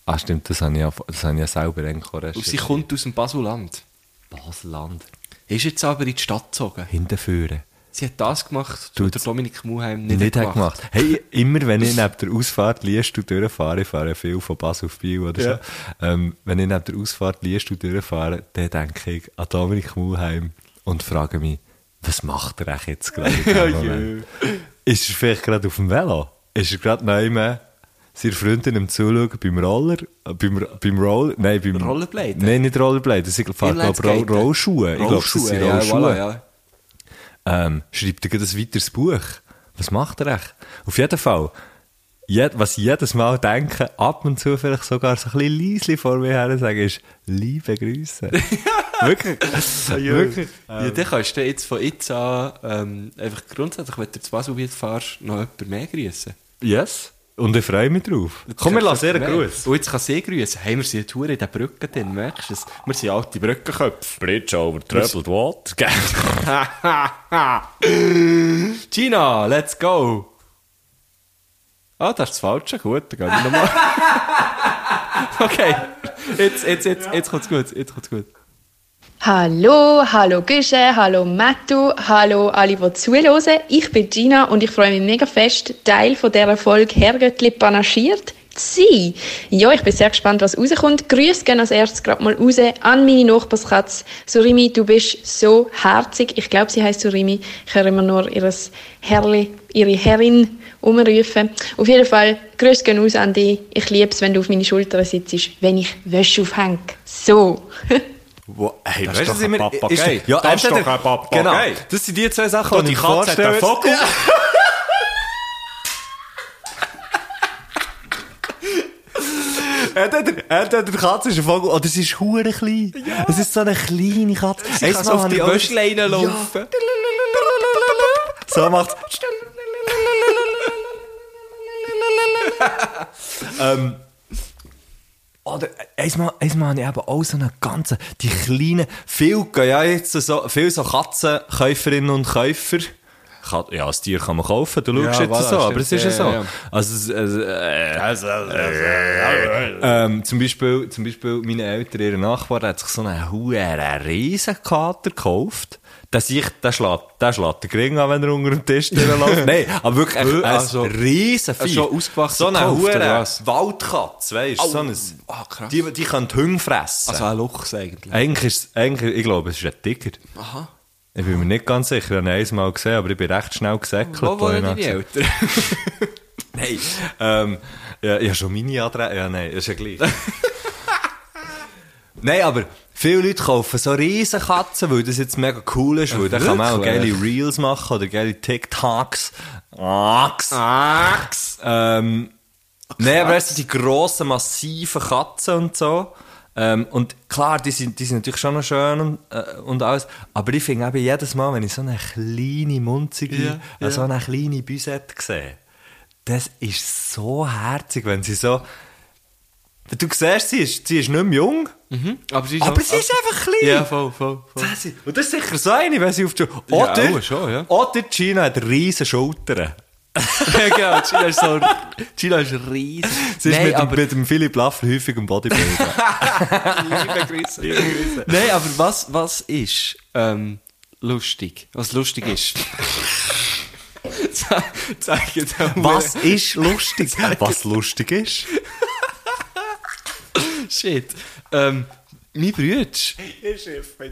Ah, stimmt, das habe ich ja, das habe ich ja selber eigentlich auch Und sie recherchiert. kommt aus dem Baselland. Basel-Land. Ist jetzt aber in die Stadt gezogen. Hinterführen. Sie hat das gemacht, Du, was der Dominik Muheim nicht, Nicht, nicht nicht gemacht. hat gemacht. gemacht. Hey, immer wenn ich neben der Ausfahrt Liestl durchfahre, ich fahre viel von Basel auf Biel oder Ja. so, ähm, wenn ich neben der Ausfahrt Liestl durchfahre, dann denke ich an Dominik Mulheim und frage mich, was macht er eigentlich jetzt gerade? in diesem Moment? Ist er vielleicht gerade auf dem Velo? Ist er gerade neu seine Freundin im Zuschauen beim Roller, äh, beim, R- beim Roller, nein, beim... Rollerblade? Nein, nicht Rollerblade, das sind glaube ich Roll- Inlineskaten. Rollschuhe. Ich glaube, das sind ja, Rollschuhe voilà, ja. ähm, schreibt er gleich ein weiteres Buch. Was macht er echt? Auf jeden Fall, jed was ich jedes Mal denke, ab und zu vielleicht sogar so ein bisschen leise vor mir her sage, ist «Liebe Grüße». Wirklich. Wirklich. Ja, dann kannst du jetzt von jetzt an ähm, einfach grundsätzlich, wenn du zu Basel wieder fährst, noch jemanden mehr grüßen. Yes. Und ich freue mich drauf. Komm, wir lassen ihr einen Gruß. Und jetzt kann sie grüßen. Hey, wir sind Tour in der Brücke drin, merkst du es? Wir sind alte Brückenköpfe. Bridge over troubled water. Gina, let's go! Ah, das ist das Falsche. Gut, dann gehen wir nochmal. okay, jetzt, jetzt, jetzt, jetzt kommt's gut, jetzt kommt's gut. Hallo, hallo Güsche, hallo Mattu, hallo alle, die zuhören. Ich bin Gina und ich freue mich mega fest, Teil von dieser Folge Herrgöttli panaschiert sein. Ja, ich bin sehr gespannt, was rauskommt. Grüße gehen als erstes gerade mal raus an meine Nachbarskatze. Surimi, du bist so herzig. Ich glaube, sie heißt Surimi. Ich höre immer nur ihres Herrli, ihre Herrin umrufen. Auf jeden Fall, Grüße gehen raus an dich. Ich liebe es, wenn du auf meine Schultern sitzt, wenn ich Wäsche aufhänge. So. Wo, hey, Das weißt ist du, doch sind ein wir- Papagei. ist- Ja, Das ist entweder- doch ein Papagei. Genau, das sind Nou, dus die zwei Sachen, Und die ich mir Katze hat vorstelle. einen Fokus. Entweder, Entweder die Katze ist ein Vogel Oh, dus oder es ist hure klein. Es ist so eine kleine Katze. Sie kann so auf die Wäschleine laufen. So macht's. ähm, oder äh, einmal, einmal habe ich eben auch so eine ganze, die kleinen, viel gehen ja jetzt so, viel so Katzenkäuferinnen und Käufer. Ka- Ja, das Tier kann man kaufen, du schaust Ja, jetzt voilà, so, aber es stimmt. ist ja so. Ja, ja, ja. Also, es- also, äh, also, ähm, zum, Beispiel, zum Beispiel meine Eltern, ihr Nachbar, der hat sich so einen huere riesen Kater gekauft. Der, sich, der, schlägt, der schlägt den Gring an, wenn er unter dem Tisch läuft. Nein, aber wirklich ein, ein Also, riesen Vieh. schon ausgewachsen So eine gekauft, oder huere was? Waldkatze, weißt du? So ein, Ah, krass. die, die können die Hunde fressen. Also ein Luchs eigentlich. eigentlich ist es- eigentlich, ich glaube, es ist ein Tiger. Aha. Ich bin mir nicht ganz sicher, ich habe ihn einmal gesehen, aber ich bin recht schnell gesäckelt. Wo als ich wohnen ihn deine gesehen habe. Eltern? Nein, ähm, ja, ich habe schon meine Adresse. Ja, nein, ist ja gleich. nein, aber viele Leute kaufen so riesen Katzen, weil das jetzt mega cool ist, weil da kann man auch geile wirklich? Reels machen oder geile TikToks. Aks. Ax. Ähm, nein, aber weißt du, die grossen, massiven Katzen und so. Ähm, und klar, die sind, die sind natürlich schon noch schön und, äh, und alles. Aber ich finde eben jedes Mal, wenn ich so eine kleine munzige, Ja, äh, so eine kleine Büsette sehe, das ist so herzig, wenn sie so... Du siehst, sie ist, sie ist nicht mehr jung, Aber sie ist, Mhm. aber sie ist einfach klein. Mhm. Ja, voll, voll, voll. Das ist- Und das ist sicher so eine, wenn sie auf die Oder, auch schon, ja. oder Gina hat riesige Schultern. ja, genau. Gina ist so... Gina ist riesig. Sie ist mit, dem, mit dem Philipp Laffel häufig im Bodybuilder. Liebe Grüße. Nein, aber was, was ist ähm, lustig? Was lustig ist? Ze- Zeig jetzt auch mal. Was ist lustig? Was lustig ist? Shit. Ähm, mein Bruder.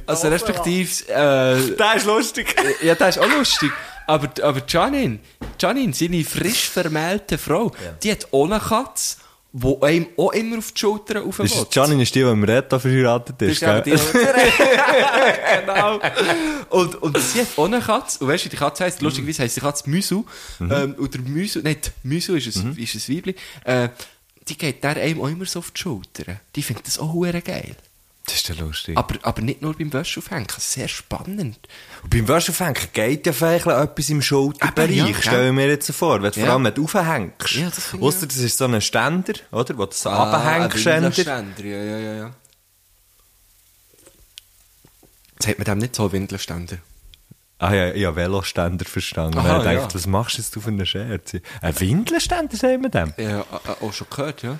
Also respektive... Äh, Das ist lustig. ja, das ist auch lustig. Aber, aber Janine, Janine, seine frisch vermählte Frau, die hat auch eine Katze, die einem auch immer auf die Schulter rauf will. Ist Dus Janine ist die, die im Reto verheiratet ist, Ist eben gell? die, die- genau. Und, und sie hat auch eine Katze. Und weißt du, die Katze heisst, lustigerweise heisst die Katze Müsu. Ähm, oder Müsu, nein, Müsu ist ein, ist ein Weibli. Äh, die geht der einem auch immer so auf die Schulter. Die findet das auch hure geil. Das ist ja lustig. Aber, aber nicht nur beim Wäscheaufhängen. Sehr spannend. Und beim Wäscheaufhängen geht ja vielleicht etwas im Schulterbereich. Eben, ja, gell? Stell mir jetzt vor, wenn du Ja. vor allem nicht aufhängst. Ja, das finde ich Ausser, das ist so ein Ständer, oder? Wo du so Ah, ein abhängst. Ständer. Windelständer, ja, ja, ja, ja. Sagt man dem nicht so Windelständer? Ah ja, ich habe Veloständer verstanden. Aha, ich dachte, ja. was machst du jetzt auf einen Scherz? Ein Windelständer, sagt man dem? Ja, äh, äh, auch schon gehört, ja.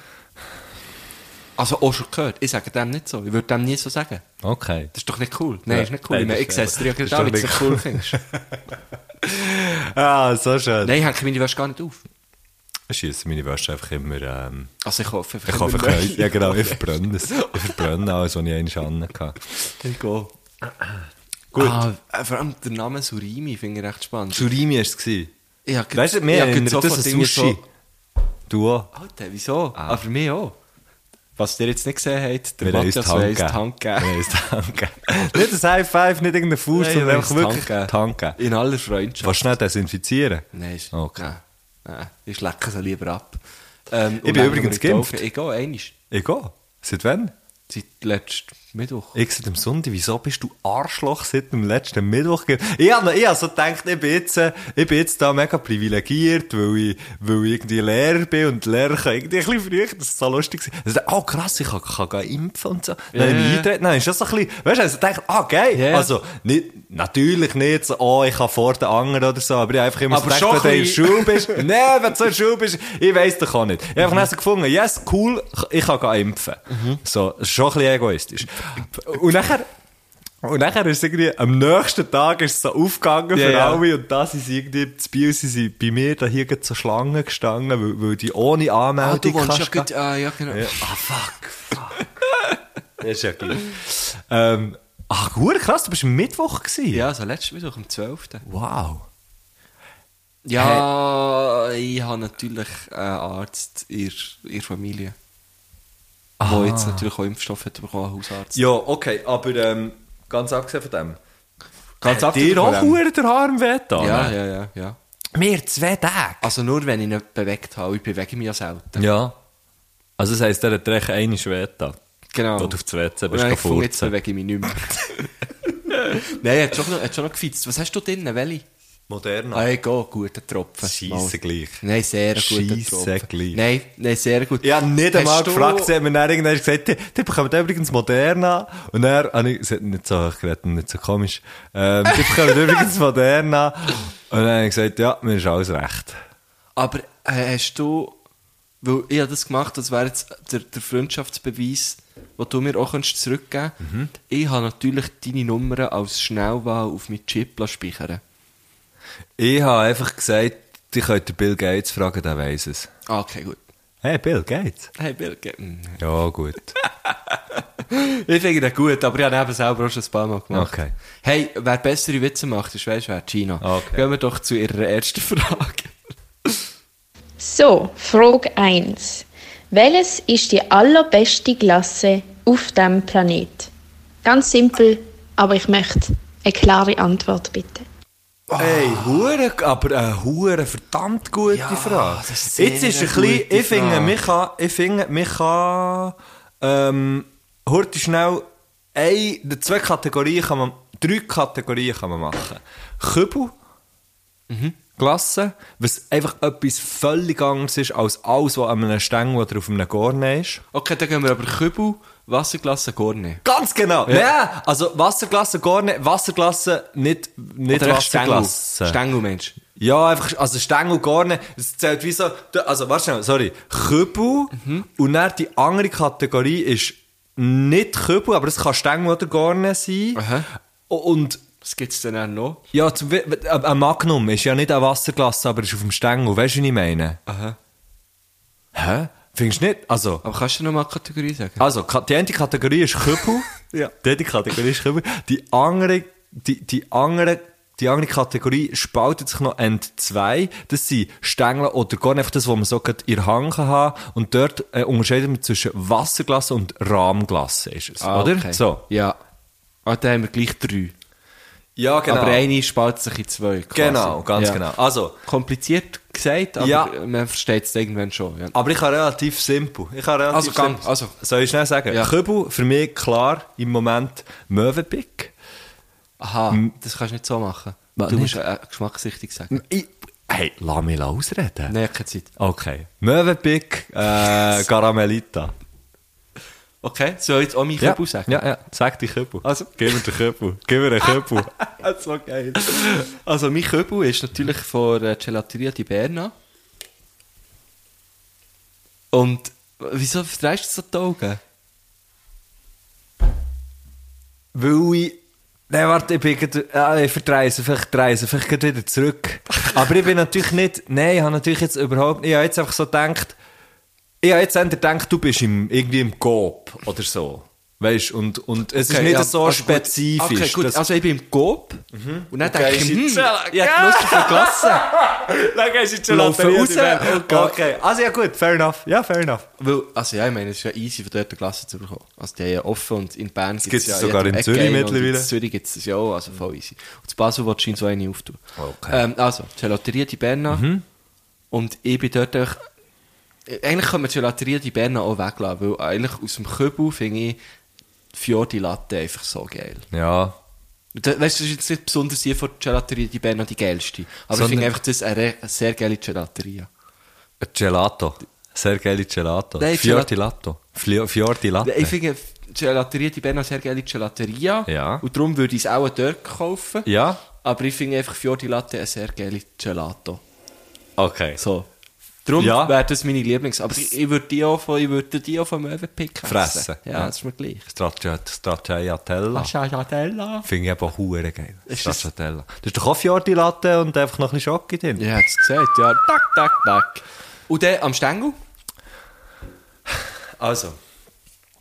Also auch schon gehört. Ich sage dem nicht so. Ich würde dem nie so sagen. Okay. Das ist doch nicht cool. Nein, Ja. ist nicht cool. Nein, ich meine, das ich sehe es dir ja ist gerade an, doch wie du nicht es nicht cool findest. Ah, so schön. Nein, ich hänge meine Wäsche gar nicht auf. Ich schiesse meine Wäsche einfach immer... Ähm, Also ich hoffe, Ich habe verkauft. Ja, genau, ich verbrenne es. Ich verbrenne alles, was ich einmal schon hatte. Ich gehe. Gut. Ah, äh, vor allem der Name Surimi finde ich recht spannend. Surimi war es. Ich habe Weißt du, mir ich habe erinnert sofort das an irgendwie Sushi. so- Du auch. Alter, wieso? Aber für mich auch. Was ihr jetzt nicht gesehen habt, der Wir haben uns die Matthias Hand weiss, die gegeben. Wir haben Hand gegeben. uns die Hand gegeben. Nicht ein High Five, nicht irgendein Fuß, Nein, sondern wir einfach haben uns die wirklich Hand die Hand gegeben. In aller Freundschaft. Willst du schnell desinfizieren? Nein, ist, Okay. nein, nein, ich lecke sie lieber ab. Ähm, und bin dann übrigens haben wir geimpft. getroffen. Ich gehe einmal. Ich gehe. Seit wann? Seit letztem Mittwoch. Ich seit dem Sonntag. Wieso bist du Arschloch seit dem letzten Mittwoch? ge- Ich habe ich hab so gedacht, ich bin, jetzt, äh, ich bin jetzt da mega privilegiert, weil ich, weil ich irgendwie Lehrer bin und die Lehrer können irgendwie ein bisschen früher, das ist so lustig. gewesen. Also, oh krass, ich kann, kann gehen impfen und so. Dann habe ich mich Ja. eingetreten, dann ist das so ein bisschen, weißt du, also ich dachte, ah geil, Ja. also nicht, natürlich nicht so, oh ich kann vor den anderen oder so, aber ich habe einfach immer Aber so schon gedacht, wenn du in der ein Schule bist, nein, wenn du so in der Schule bist, ich weiss doch auch nicht. Ich habe einfach mhm. gefunden, yes, Mhm. cool, ich kann gehen impfen. So, das ist schon ein bisschen egoistisch. Und nachher, Und nachher ist es irgendwie, am nächsten Tag ist es so aufgegangen Ja, für ja. alle und da sind sie irgendwie, zu Biel sind sie bei mir da hier gerade zur Schlange gestanden, weil, weil die ohne Anmeldung Ah, du wohnst ja kannst gehen. gut, ah, ja, genau. Ja. Ah, fuck, fuck. das ist ja geil. Ähm, ach, gut, krass, du bist am Mittwoch gewesen. Ja, so letztes Mittwoch, am 12. Wow. Ja, ich habe natürlich einen Arzt in der Familie. Der jetzt natürlich auch Impfstoff hat bekommen, einen Hausarzt. Ah. Ja, okay, aber ähm, ganz abgesehen von dem. Ganz Hat dir auch verdammt der Arm wehgetan? Ja, ja, ja, ja. Mir zwei Tage. Also nur, wenn ich ihn bewegt habe. Ich bewege mich ja selten. Ja. Also das heisst, der hat recht eine Schwerte. Genau. Wo du auf das WC bist, Und dann geh ich gefunden, jetzt furzen. bewege ich mich nicht mehr. Nein, er hat schon noch, hat schon noch gefitzt. Was hast du drinnen, Welli? Moderner. Ah, egal, guter Tropfen. Scheisse gleich. Nein, sehr guter Scheisse Tropfen. gleich. Nein, nein, sehr gut. Ich habe nicht einmal Hast du- gefragt, sie hat mir dann irgendwann gesagt, die, die bekommen übrigens Moderna. Und er, habe ich, sie hat nicht so, ich geredet, nicht so komisch, ähm, die bekommen übrigens Moderna. Und dann habe ich gesagt, ja, mir ist alles recht. Aber äh, hast du, weil ich habe das gemacht, das wäre jetzt der, der Freundschaftsbeweis, den du mir auch könntest zurückgeben Mhm. könntest. Ich habe natürlich deine Nummern als Schnellwahl auf meinen Chip lassen speichern Ich habe einfach gesagt, die könnt den Bill Gates fragen, der weiss es. Ah, okay, gut. Hey, Bill Gates? Hey, Bill Gates. Mm. Ja, gut. Ich finde den gut, aber ich habe ihn eben selber auch schon ein paar Mal gemacht. Okay. Hey, wer bessere Witze macht, ist, weißt du, wer? China. Okay. Gehen wir doch zu ihrer ersten Frage. So, Frage 1. Welches ist die allerbeste Klasse auf dem Planet? Ganz simpel, aber ich möchte eine klare Antwort bitte. Hey, eh, hure, aber eine hure verdammt gute Frage. das ist Jetzt ist ein sehr bisschen, gute ich finde, Frage. mich kann, ich finde, mich kann, ähm, heute schnell, ein, zwei Kategorien kann man, drei Kategorien kann man machen. Kübel, Klasse, was einfach etwas völlig anderes ist als alles, was an einem Stängel oder auf einem Gorn ist. Okay, dann gehen wir über Kübel, Wasserglasse, Gorne. Ganz genau. Ja. also Wasserglasse, Gorn, Wasserglasse, nicht, nicht Wasserglasse. Stängel, Mensch. Ja, einfach, also Stängel gar nicht. Es zählt wie so, du- also warte schnell, sorry, Kübel und dann die andere Kategorie ist nicht Kübel, aber es kann Stängel oder gar nicht sein. Aha. Und Was gibt es denn auch noch? ja, zum, We- ein ein Magnum ist ja nicht ein Wasserglas, aber ist auf dem Stängel, weißt du, was ich meine? Aha. Hä? Findest du nicht? Also, Aber kannst du noch mal eine Kategorie sagen? also Ka- die eine Kategorie ist Kübel. Ja. Die eine Kategorie ist Kübel. Die andere, die, die andere, die andere Kategorie spaltet sich noch in zwei. Das sind Stängel oder gar einfach das, was man so gerade in der Hand kann haben Und dort äh, unterscheidet man zwischen Wasserglasse und Rahmglasse, ist es, oder? Ah, okay. So. Ja. Ah, dann haben wir gleich drei. Ja, Aber eine spaltet sich in zwei. quasi. Genau, ganz Ja. Ah, genau. Also, Kompliziert gesagt, aber Ja. Ah, man versteht es irgendwann schon. Ja. aber ich kann relativ simpel. Ich kann relativ Also, ganz- simpel. also. Soll ich schnell sagen? Ja. Kübel, für mich klar, im Moment Möwenpick. Aha, das kannst du nicht so machen. Was, du nicht? musst äh, geschmackssichtig sagen. Ich- Hey, lass mich ausreden. Nein, keine Zeit. Okay. Möwenpick, äh, Caramelita. Okay, soll ich jetzt auch meinen Kübel sagen? ja, ja. Sag die Köppel. Also. gib mir den Köppel. Gib mir den Köppel. so geil. Also, mein Kübel ist natürlich von äh, Gelateria di Berna. Und wieso verdrehst du so die Augen? Weil ich... Nein, warte, ich bin gerade... Ah, ich verdreise, vielleicht dreise, vielleicht gerade wieder zurück. Aber ich bin natürlich nicht... Nein, ich habe natürlich jetzt überhaupt... Ich habe jetzt einfach so gedacht... Ich habe jetzt entweder gedacht, du bist im, irgendwie im Coop oder so. Weißt du, und, und es ist Okay, nicht ja, so also gut. spezifisch. Okay, gut. dass- Also ich bin im Coop und dann denke ist ich, hm, jetzt- ich habe Lust auf eine Klasse. Dann gehst du jetzt Laufen Lotterie raus die Welt. und gehen. Okay, also Ah, ja gut, fair enough. Ja, fair enough. Weil, also ja, ich meine, es ist ja easy, von dort eine Klasse zu bekommen. Also die haben ja offen und in Bern gibt gibt's ja sogar jede in Ecke Zürich eine und mittlerweile. In Zürich gibt es das ja auch, also voll easy. Und in Basel willst du scheinbar so eine auftun. Okay. Mhm. Ähm, also, Gelateria di Berna. Und ich bin dort einfach... Eigentlich könnte man die Gelateria di Berna auch weglassen, weil eigentlich aus dem Kübel finde ich Fior di Latte einfach so geil. Ja, Und da- Weißt du, das ist jetzt nicht besonders hier von der Gelateria di Berna die geilste. Aber ich Sondern- finde einfach, das ist eine re- eine sehr geile Gelateria. Gelato. Sehr geile Gelato. Nein, Fiordi Latte. Fli- Fiordi Latte. Ich finde die Gelateria di Berna eine sehr geile Gelateria. Ja. Und darum würde ich es auch dort kaufen. Ja? Aber ich finde einfach Fior di Latte eine sehr geile Gelato. Okay. So. Darum Ja. wäre das meine Lieblings. Aber ich, ich würde die auch von, ich würde die auch vom Möwenpick Fressen. Ja, Ja. Ah. das ist mir gleich. Straccia- Stracciatella. Schadella. Finde ich einfach hure geil. Ist das- Stracciatella. Das ist doch Kaffee-Orti-Latte und einfach noch ein bisschen Schocke drin. Ja, hat's gesagt, ja. Tak, tak, tak. Und dann am Stängel? Also.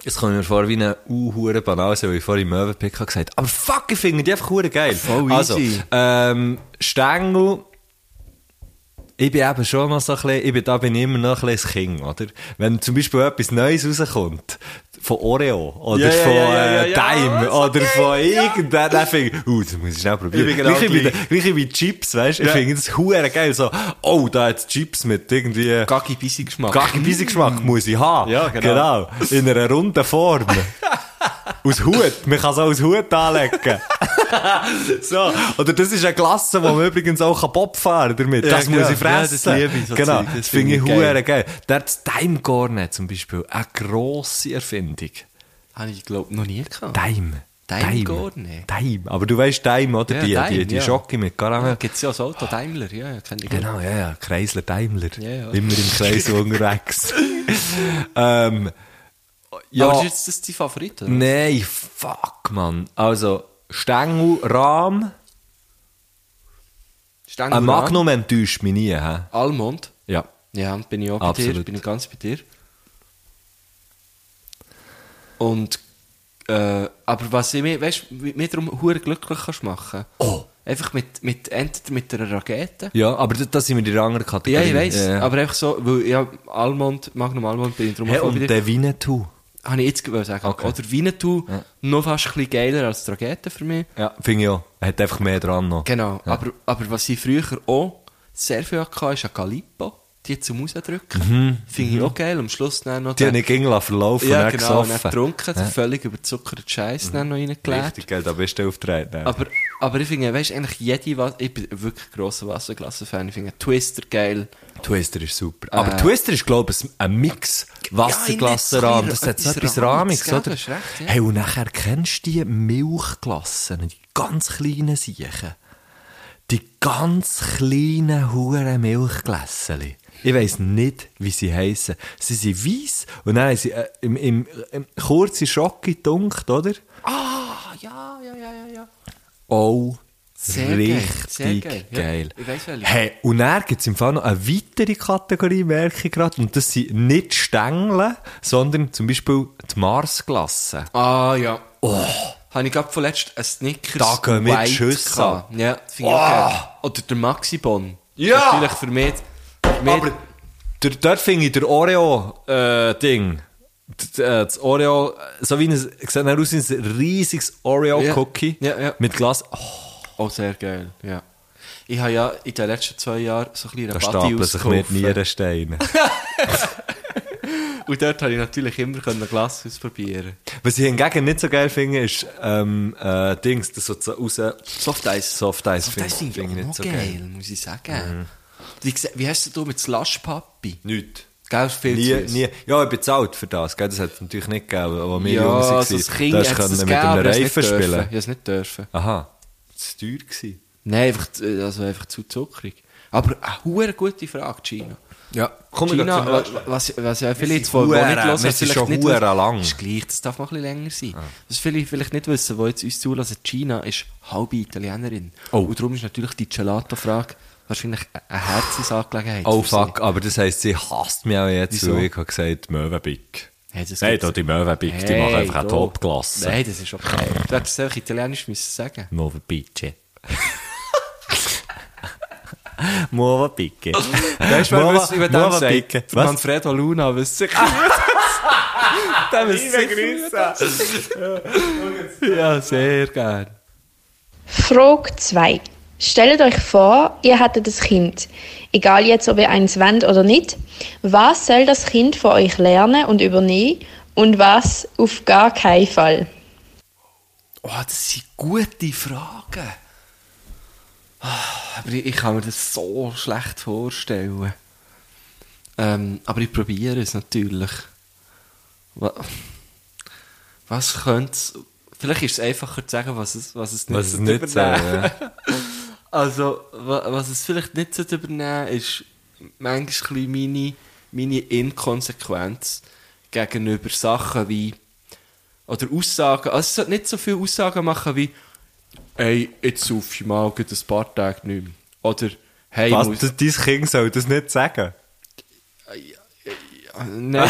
Es kommt mir vor wie eine unhure Banause, weil ich vorhin im Möwenpick gesagt habe. Aber fuck, ich finde die einfach hure geil. Voll also, easy. ähm, Stängel. Ich bin eben schon noch so ein bisschen, ich bin, da bin ich immer noch ein bisschen das Kind, oder? Wenn zum Beispiel etwas Neues rauskommt, von Oreo, oder Ja, ja, von ja, ja, äh, ja, ja, Daim, so oder von irgendeinem, dann finde ich, uh, das muss ich schnell probieren. Ich bin genau Gleich wie, gleich. die- gleich wie die Chips, weißt du? Ich finde das hure geil, so, oh, da hat Chips mit irgendwie... Gaggi Bissi Geschmack. Gacki Bissengeschmack muss ich haben. Ja, genau. genau. In einer runden Form. aus Hut. Man kann es auch aus Hut anlegen. so. Oder das ist eine Glasse, wo man übrigens auch Bob fahren kann damit. Ja, das genau. muss ich Ja, das fressen. liebe ich, so genau. Zeug. Das Das finde ich finde ich huere geil. Der Time Cornet zum Beispiel. Eine grosse Erfindung. Habe ich, glaube noch nie gehabt. Time. Daim Cornet. Daim. Aber du weißt Daim, oder? Ja, die, die, Daim, die ja. Schocke mit Karamell. Gibt es ja das Auto Daimler, ja, ja, kenn ich gut. Genau, ja, ja. Kreisler Daimler. Ja, ja. Immer im Kreis unterwegs. ähm, ja. Aber ist jetzt das dein Favorit? Oder? Nein, fuck, Mann. Also, Stängel, Rahm. Stängel Ein ran. Magnum enttäuscht mich nie, hä? Almond. Ja. Ja, bin ich auch bei dir, Absolut. bin ich ganz bei dir. Und, äh, aber was ich mir, weißt du, mir darum hure glücklich kannst machen. Oh. Einfach mit, mit, entweder mit einer Rakete. Ja, aber das, das sind wir in der anderen Kategorie. Ja, ich weiss, Ja, ja. aber einfach so, weil ja, Almond, Magnum Almond bin ich drum Hä, voll und bei dir. der Winnetou. Habe ich jetzt gewollt sagen. Okay. Oder Winnetou, Ja. noch fast ein bisschen geiler als die Rakete für mich. Ja. Finde ich auch. Er hat einfach mehr dran noch. Genau, aber, aber was ich früher auch sehr viel hatte, ist ein Calippo, die zum Rausdrücken. Finde ich auch geil. Am Schluss dann noch Mhm. Die den- haben nicht ging verlaufen und ja, dann genau, und dann gesoffen. getrunken, den völlig überzuckerten Scheiß dann noch reingeleert. Mhm. Richtig, gell, da bist du auftreten. Aber, aber ich finde, weißt du, eigentlich jede Wasser, ich bin wirklich grosser Wasserglassen-Fan, ich finde Twister geil. Twister ist super. Ah. Aber Twister ist, glaube ich, ein Mix. Dus Wasserglassenrahmen. Ja, Das in hat so etwas etwas Rahmiges, Rahmiges, gell, oder? hast recht, ja. Hey, und nachher kennst du die Milchglassen, die ganz kleinen Siechen. Die ganz kleinen, huren Milchgläschen. Ich weiss nicht, wie sie heissen. Sie sind weiss und dann haben sie äh, im, im, im kurzen Schock getunkt, oder? Ah, ja, ja, ja, ja, ja. Oh, Sehr geil, richtig sehr geil. geil. Ja, ich weiss welche. hey, und dann gibt es im Fall noch eine weitere Kategorie, merke ich gerade. Und das sind nicht Stängel, sondern zum Beispiel die Marsglasse. Ah, ja. Oh. Habe ich gerade vorletzt ein Snickers Da gehen wir die Schüsse gehabt. Ja, das finde ich auch geil. Oder der Maxi-Bon. Ja! Natürlich für mich... Für mich Aber der, dort finde ich der äh, Oreo-Ding. das Oreo, äh, so wie ein, sieht dann aus wie ein riesiges Oreo-Cookie Ja, ja, ja. mit Glas. Oh, auch sehr geil, ja. Ich habe ja in den letzten zwei Jahren so ein bisschen da Rabatte stapeln sich mit ausgeholfen. Nierensteinen. Und dort habe ich natürlich immer können Glas ausprobieren. Was ich hingegen nicht so geil finde, ist ähm, äh, Dings, das so zu- raus... Soft Eis. Soft Eis Soft Eis finde ich auch noch geil, muss ich Mhm. sagen. Wie, gse- wie hast du mit Slush Papi? Nicht. Gell, viel Nie, zu süß. nie. Ja, ich bin zu alt für das, gell? das hat es natürlich nicht gegeben, aber wir Ja, jung waren. also das Kind Da hast hätte du es können mit gegeben, einem aber ich Reifen hätte es nicht dürfen. spielen. Ich hätte es nicht dürfen. Aha. Zu teuer gewesen. Nein, einfach, zu- also einfach zu zuckrig. Aber eine hure gute Frage, Gina. Ja, komm, wir Gina, äh, gehen zum wa- letzten. wa- was, was ja viele sind jetzt von wo nicht hure- hören, wir sind vielleicht schon nicht hure wissen- lang. Ah. Ist gleich, das darf noch ein bisschen länger sein. Was viele vielleicht nicht wissen, die jetzt uns zulassen, Gina ist halbe Italienerin. Oh. Und darum ist natürlich die Gelato-Frage wahrscheinlich eine Herzensangelegenheit. Oh für sie. fuck, aber das heisst, sie hasst mich auch jetzt, Wieso? weil ich habe gesagt, Möwenpick. Hey, das Nein, gibt's- da die Möwenpick, die machen einfach eine da. Topklasse. Nein, das ist okay. Du hättest es einfach italienisch müssen sagen. Möwenpicce. Möwenpicce. Weißt du, wer Mova- wüsste, ich würde dem Mova sagen? Picke. Was? Manfredo Luna wüsste ich. Der wüsste ich. Ja, sehr gern. Frage 2. Stellt euch vor, ihr hättet ein Kind. Egal jetzt, ob ihr eins wollt oder nicht. Was soll das Kind von euch lernen und übernehmen? Und was auf gar keinen Fall? Oh, das sind gute Fragen. Ah, Aber ich, ich kann mir das so schlecht vorstellen. Ähm, aber ich probiere es natürlich. Wa- Was könnte es... Vielleicht ist es einfacher zu sagen, was es, was es nicht, Was zu ist nicht so, übernehmen. ja. Also, wa- was es vielleicht nicht so zu übernehmen ist, manchmal ein bisschen meine, meine Inkonsequenz gegenüber Sachen wie, oder Aussagen, also ich sollte nicht so viele Aussagen machen wie, hey, jetzt sauf ich mal gut ein paar Tage nicht mehr. Oder, hey, Was, muss- das, dein Kind soll das nicht sagen? Nein.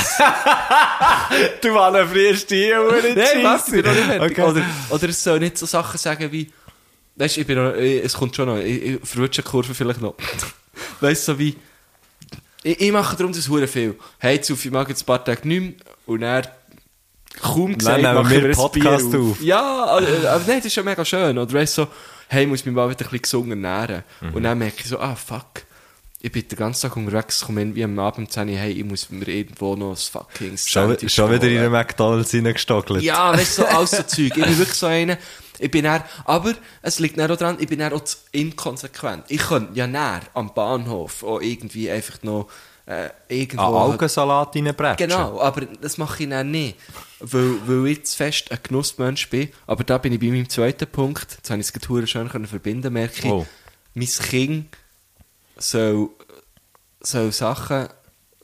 Du manövrierst die Uhr in Nein, was? Ich bin noch nicht fertig. Okay. Oder, oder es soll nicht so Sachen sagen wie, weißt du, ich bin noch, ich- es kommt schon noch, ich, ich verrutsche die Kurve vielleicht noch. weißt du, so wie, ich, ich mache darum das hure viel. Hey, zu viel mag jetzt ein paar Tage nicht mehr und er kaum gesagt, nehmen machen wir wir einen Podcast Podcast Bier auf. auf. Ja, aber, aber nein, das ist ja mega schön. Oder weißt du, so, hey, muss mich mal wieder ein bisschen gesund ernähren. Mhm. Und dann merke ich so, ah, fuck. Ich bin den ganzen Tag unterwegs, komme irgendwie am Abend zu hey, ich muss mir irgendwo noch ein fucking Schon, Sandwich schon wieder in holen. einen McDonalds reingestogelt. Ja, weißt du, so alles so Zeug. Ich bin wirklich so einer. Ich bin dann, aber es liegt dann auch daran, ich bin dann auch zu inkonsequent. Ich könnte ja näher am Bahnhof auch irgendwie einfach noch äh, irgendwo... Einen Augensalat reinbretschen. Genau, aber das mache ich dann nicht. Weil, weil ich zu fest ein Genussmensch bin. Aber da bin ich bei meinem zweiten Punkt. Jetzt habe ich es gerade verdammt schön können verbinden merke ich. Oh. Mein Kind soll, soll Sachen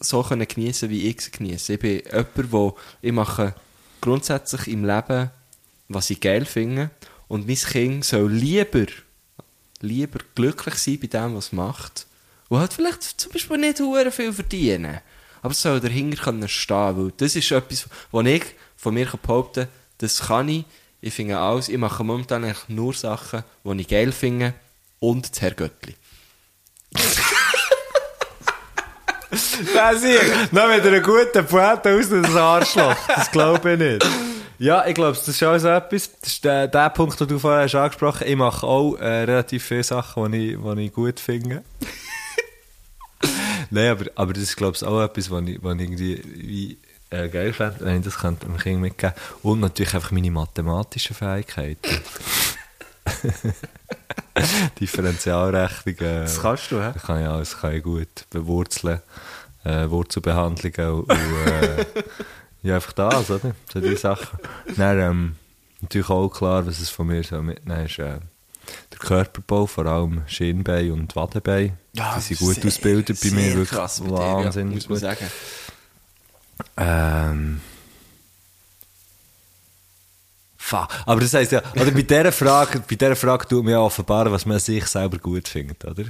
so können geniessen, wie ich sie genieße. Ich bin jemand, wo ich mache grundsätzlich im Leben, was ich geil finde. Und mein Kind soll lieber, lieber glücklich sein bei dem, was es macht. Und halt vielleicht zum Beispiel nicht hure viel verdienen. Aber es soll dahinter können stehen, weil das ist etwas, was ich von mir kann behaupten kann, das kann ich. Ich finde alles, ich mache momentan eigentlich nur Sachen, die ich geil finde und das Herrgöttli. Das hier. Nein, mit einer guten Pointe aus das Arschloch. Das glaube ich nicht. Ja, ich glaube, das ist auch so etwas. Das ist der, der Punkt, den du vorher hast angesprochen hast. Ich mache auch eh, äh, relativ viele Sachen, die ich, die ich gut finde. Nein, aber, aber das ist, glaube ich, auch etwas, was ich, was ich irgendwie wie, äh, geil fände, wenn ich das könnte dem Kind mitgeben könnte. Und natürlich einfach meine mathematischen Fähigkeiten. Differentialrechnung. äh, Das kannst du, hä? ich kann ja alles kann ich gut bewurzeln, äh, Wurzelbehandlungen und, und äh, ja, einfach das, oder? So die Sachen. Dann, ähm, natürlich auch klar, was es von mir so mitnehmen ist, äh, der Körperbau, vor allem Schienbein und Wadenbein. die sind gut sehr- ausgebildet bei sehr mir, wirklich krass mit dir, ja, wahnsinnig muss gut. man sagen. Ähm. Fuck. Aber das heisst ja, oder bei dieser Frage, bei dieser Frage tut man ja offenbar, was man sich selber gut findet, oder?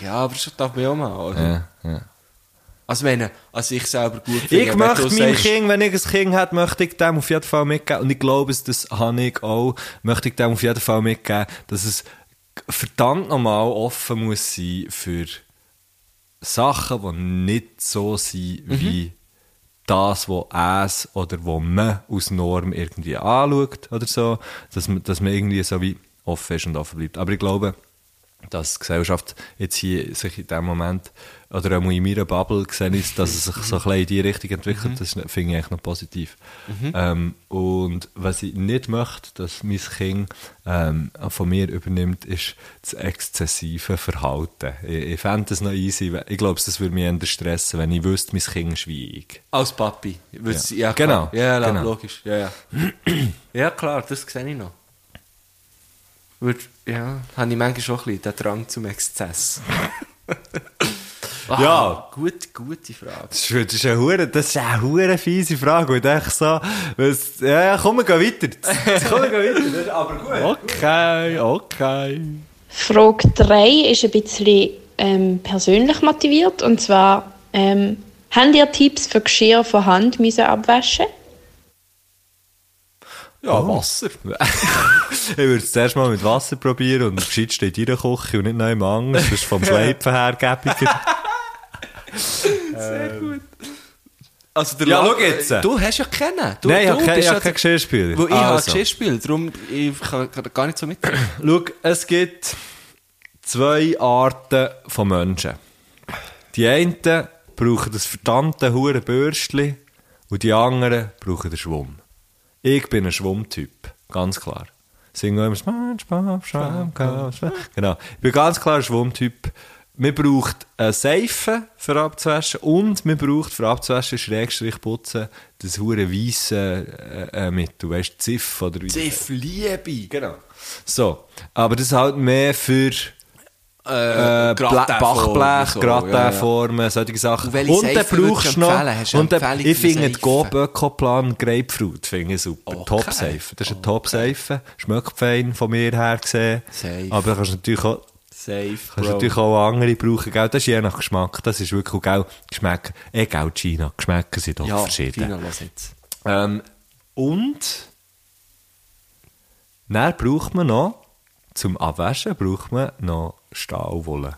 Ja, aber das darf man ja auch mal. Oder? Ja, ja. Also ich meine, also ich selber gut Ich wenn möchte du meinem sagst- Kind, wenn ich ein Kind hätte, möchte ich dem auf jeden Fall mitgeben. Und ich glaube, es- das habe ich auch, möchte ich dem auf jeden Fall mitgeben, dass es verdammt nochmal offen muss sein für Sachen, die nicht so sind Mhm. wie das, was es oder wo man aus Norm irgendwie anschaut oder so, dass man, dass man irgendwie so wie offen ist und offen bleibt. Aber ich glaube, dass die Gesellschaft jetzt hier sich in dem Moment, oder auch in meiner Bubble gesehen ist, dass es sich so ein bisschen in die Richtung entwickelt, das ist- finde ich eigentlich noch positiv. Ähm, und was ich nicht möchte, dass mein Kind ähm, von mir übernimmt, ist das exzessive Verhalten. Ich, ich fände das noch easy, weil- ich glaube, das würde mich eher stressen, wenn ich wüsste, mein Kind ist wie ich. Als Papi. Ja. Ja. ja, klar. Genau. Ja, la- Genau. logisch. Ja, ja. ja, klar, das sehe ich noch. Würd, ja, habe ich manchmal schon ein bisschen den Drang zum Exzess. Ah, Ja. Gut, gute Frage. Das ist- das ist eine hure, das ist eine hure fiese Frage. Und ich denke so, was, ja, ja, komm, wir gehen weiter. Das- Komm, wir gehen weiter. Das ist aber gut. Okay, okay. Frage 3 ist ein bisschen ähm, persönlich motiviert. Und zwar, ähm, habt ihr Tipps für Geschirr von Hand müssen abwaschen? Ja, Oh. Wasser. Ich würde es zuerst mal mit Wasser probieren und gescheit steht in der Küche und nicht noch im Angst. dus Das ist vom Schleifen her gäbiger. Also der Ja, La- schau jetzt. Du hast ja keinen. Du, Nein, ich du habe keinen- bist ich habe ja keinen der- Geschirrspüler. Weil ich habe Also. Geschirrspiel, darum ich kann kann gar nicht so mit. Schau, es gibt zwei Arten von Menschen. Die einen brauchen das verdammte hure Bürstli und die anderen brauchen den Schwumm. Ich bin ein Schwummtyp, ganz klar. Singen immer Schwamm, Schwamm, Schwamm, Schwamm. Genau, ich bin ganz klar ein Schwammtyp. Man braucht eine Seife für abzuwaschen und man braucht für abzuwaschen, Schrägstrich putzen, das hure weisse äh, äh, Mittel, weißt du, Ziff oder wie Ziff, Liebe. Genau. so, aber das ist halt mehr für äh, Bla- Bachblech, so, Gratinformen, solche Sachen. Und welche dann Seife würdest brauchst du du noch, empfehlen? Hast du und dann, Empfehlung ich für finde die Seife? Goböcko-Plan Grapefruit, finde ich super. Okay. Top-Seife. Das ist eine Top-Seife. Schmeckt fein von mir her gesehen. Safe. Aber du kannst natürlich auch, Safe, kannst Bro. natürlich auch andere brauchen, gell? Das ist je nach Geschmack. Das ist wirklich, gell? Geschmäcker, egal China, Geschmäcker sind doch ja, verschieden. Fina, los jetzt. Ähm, und dann braucht man noch, zum Abwaschen braucht man noch Stahlwolle.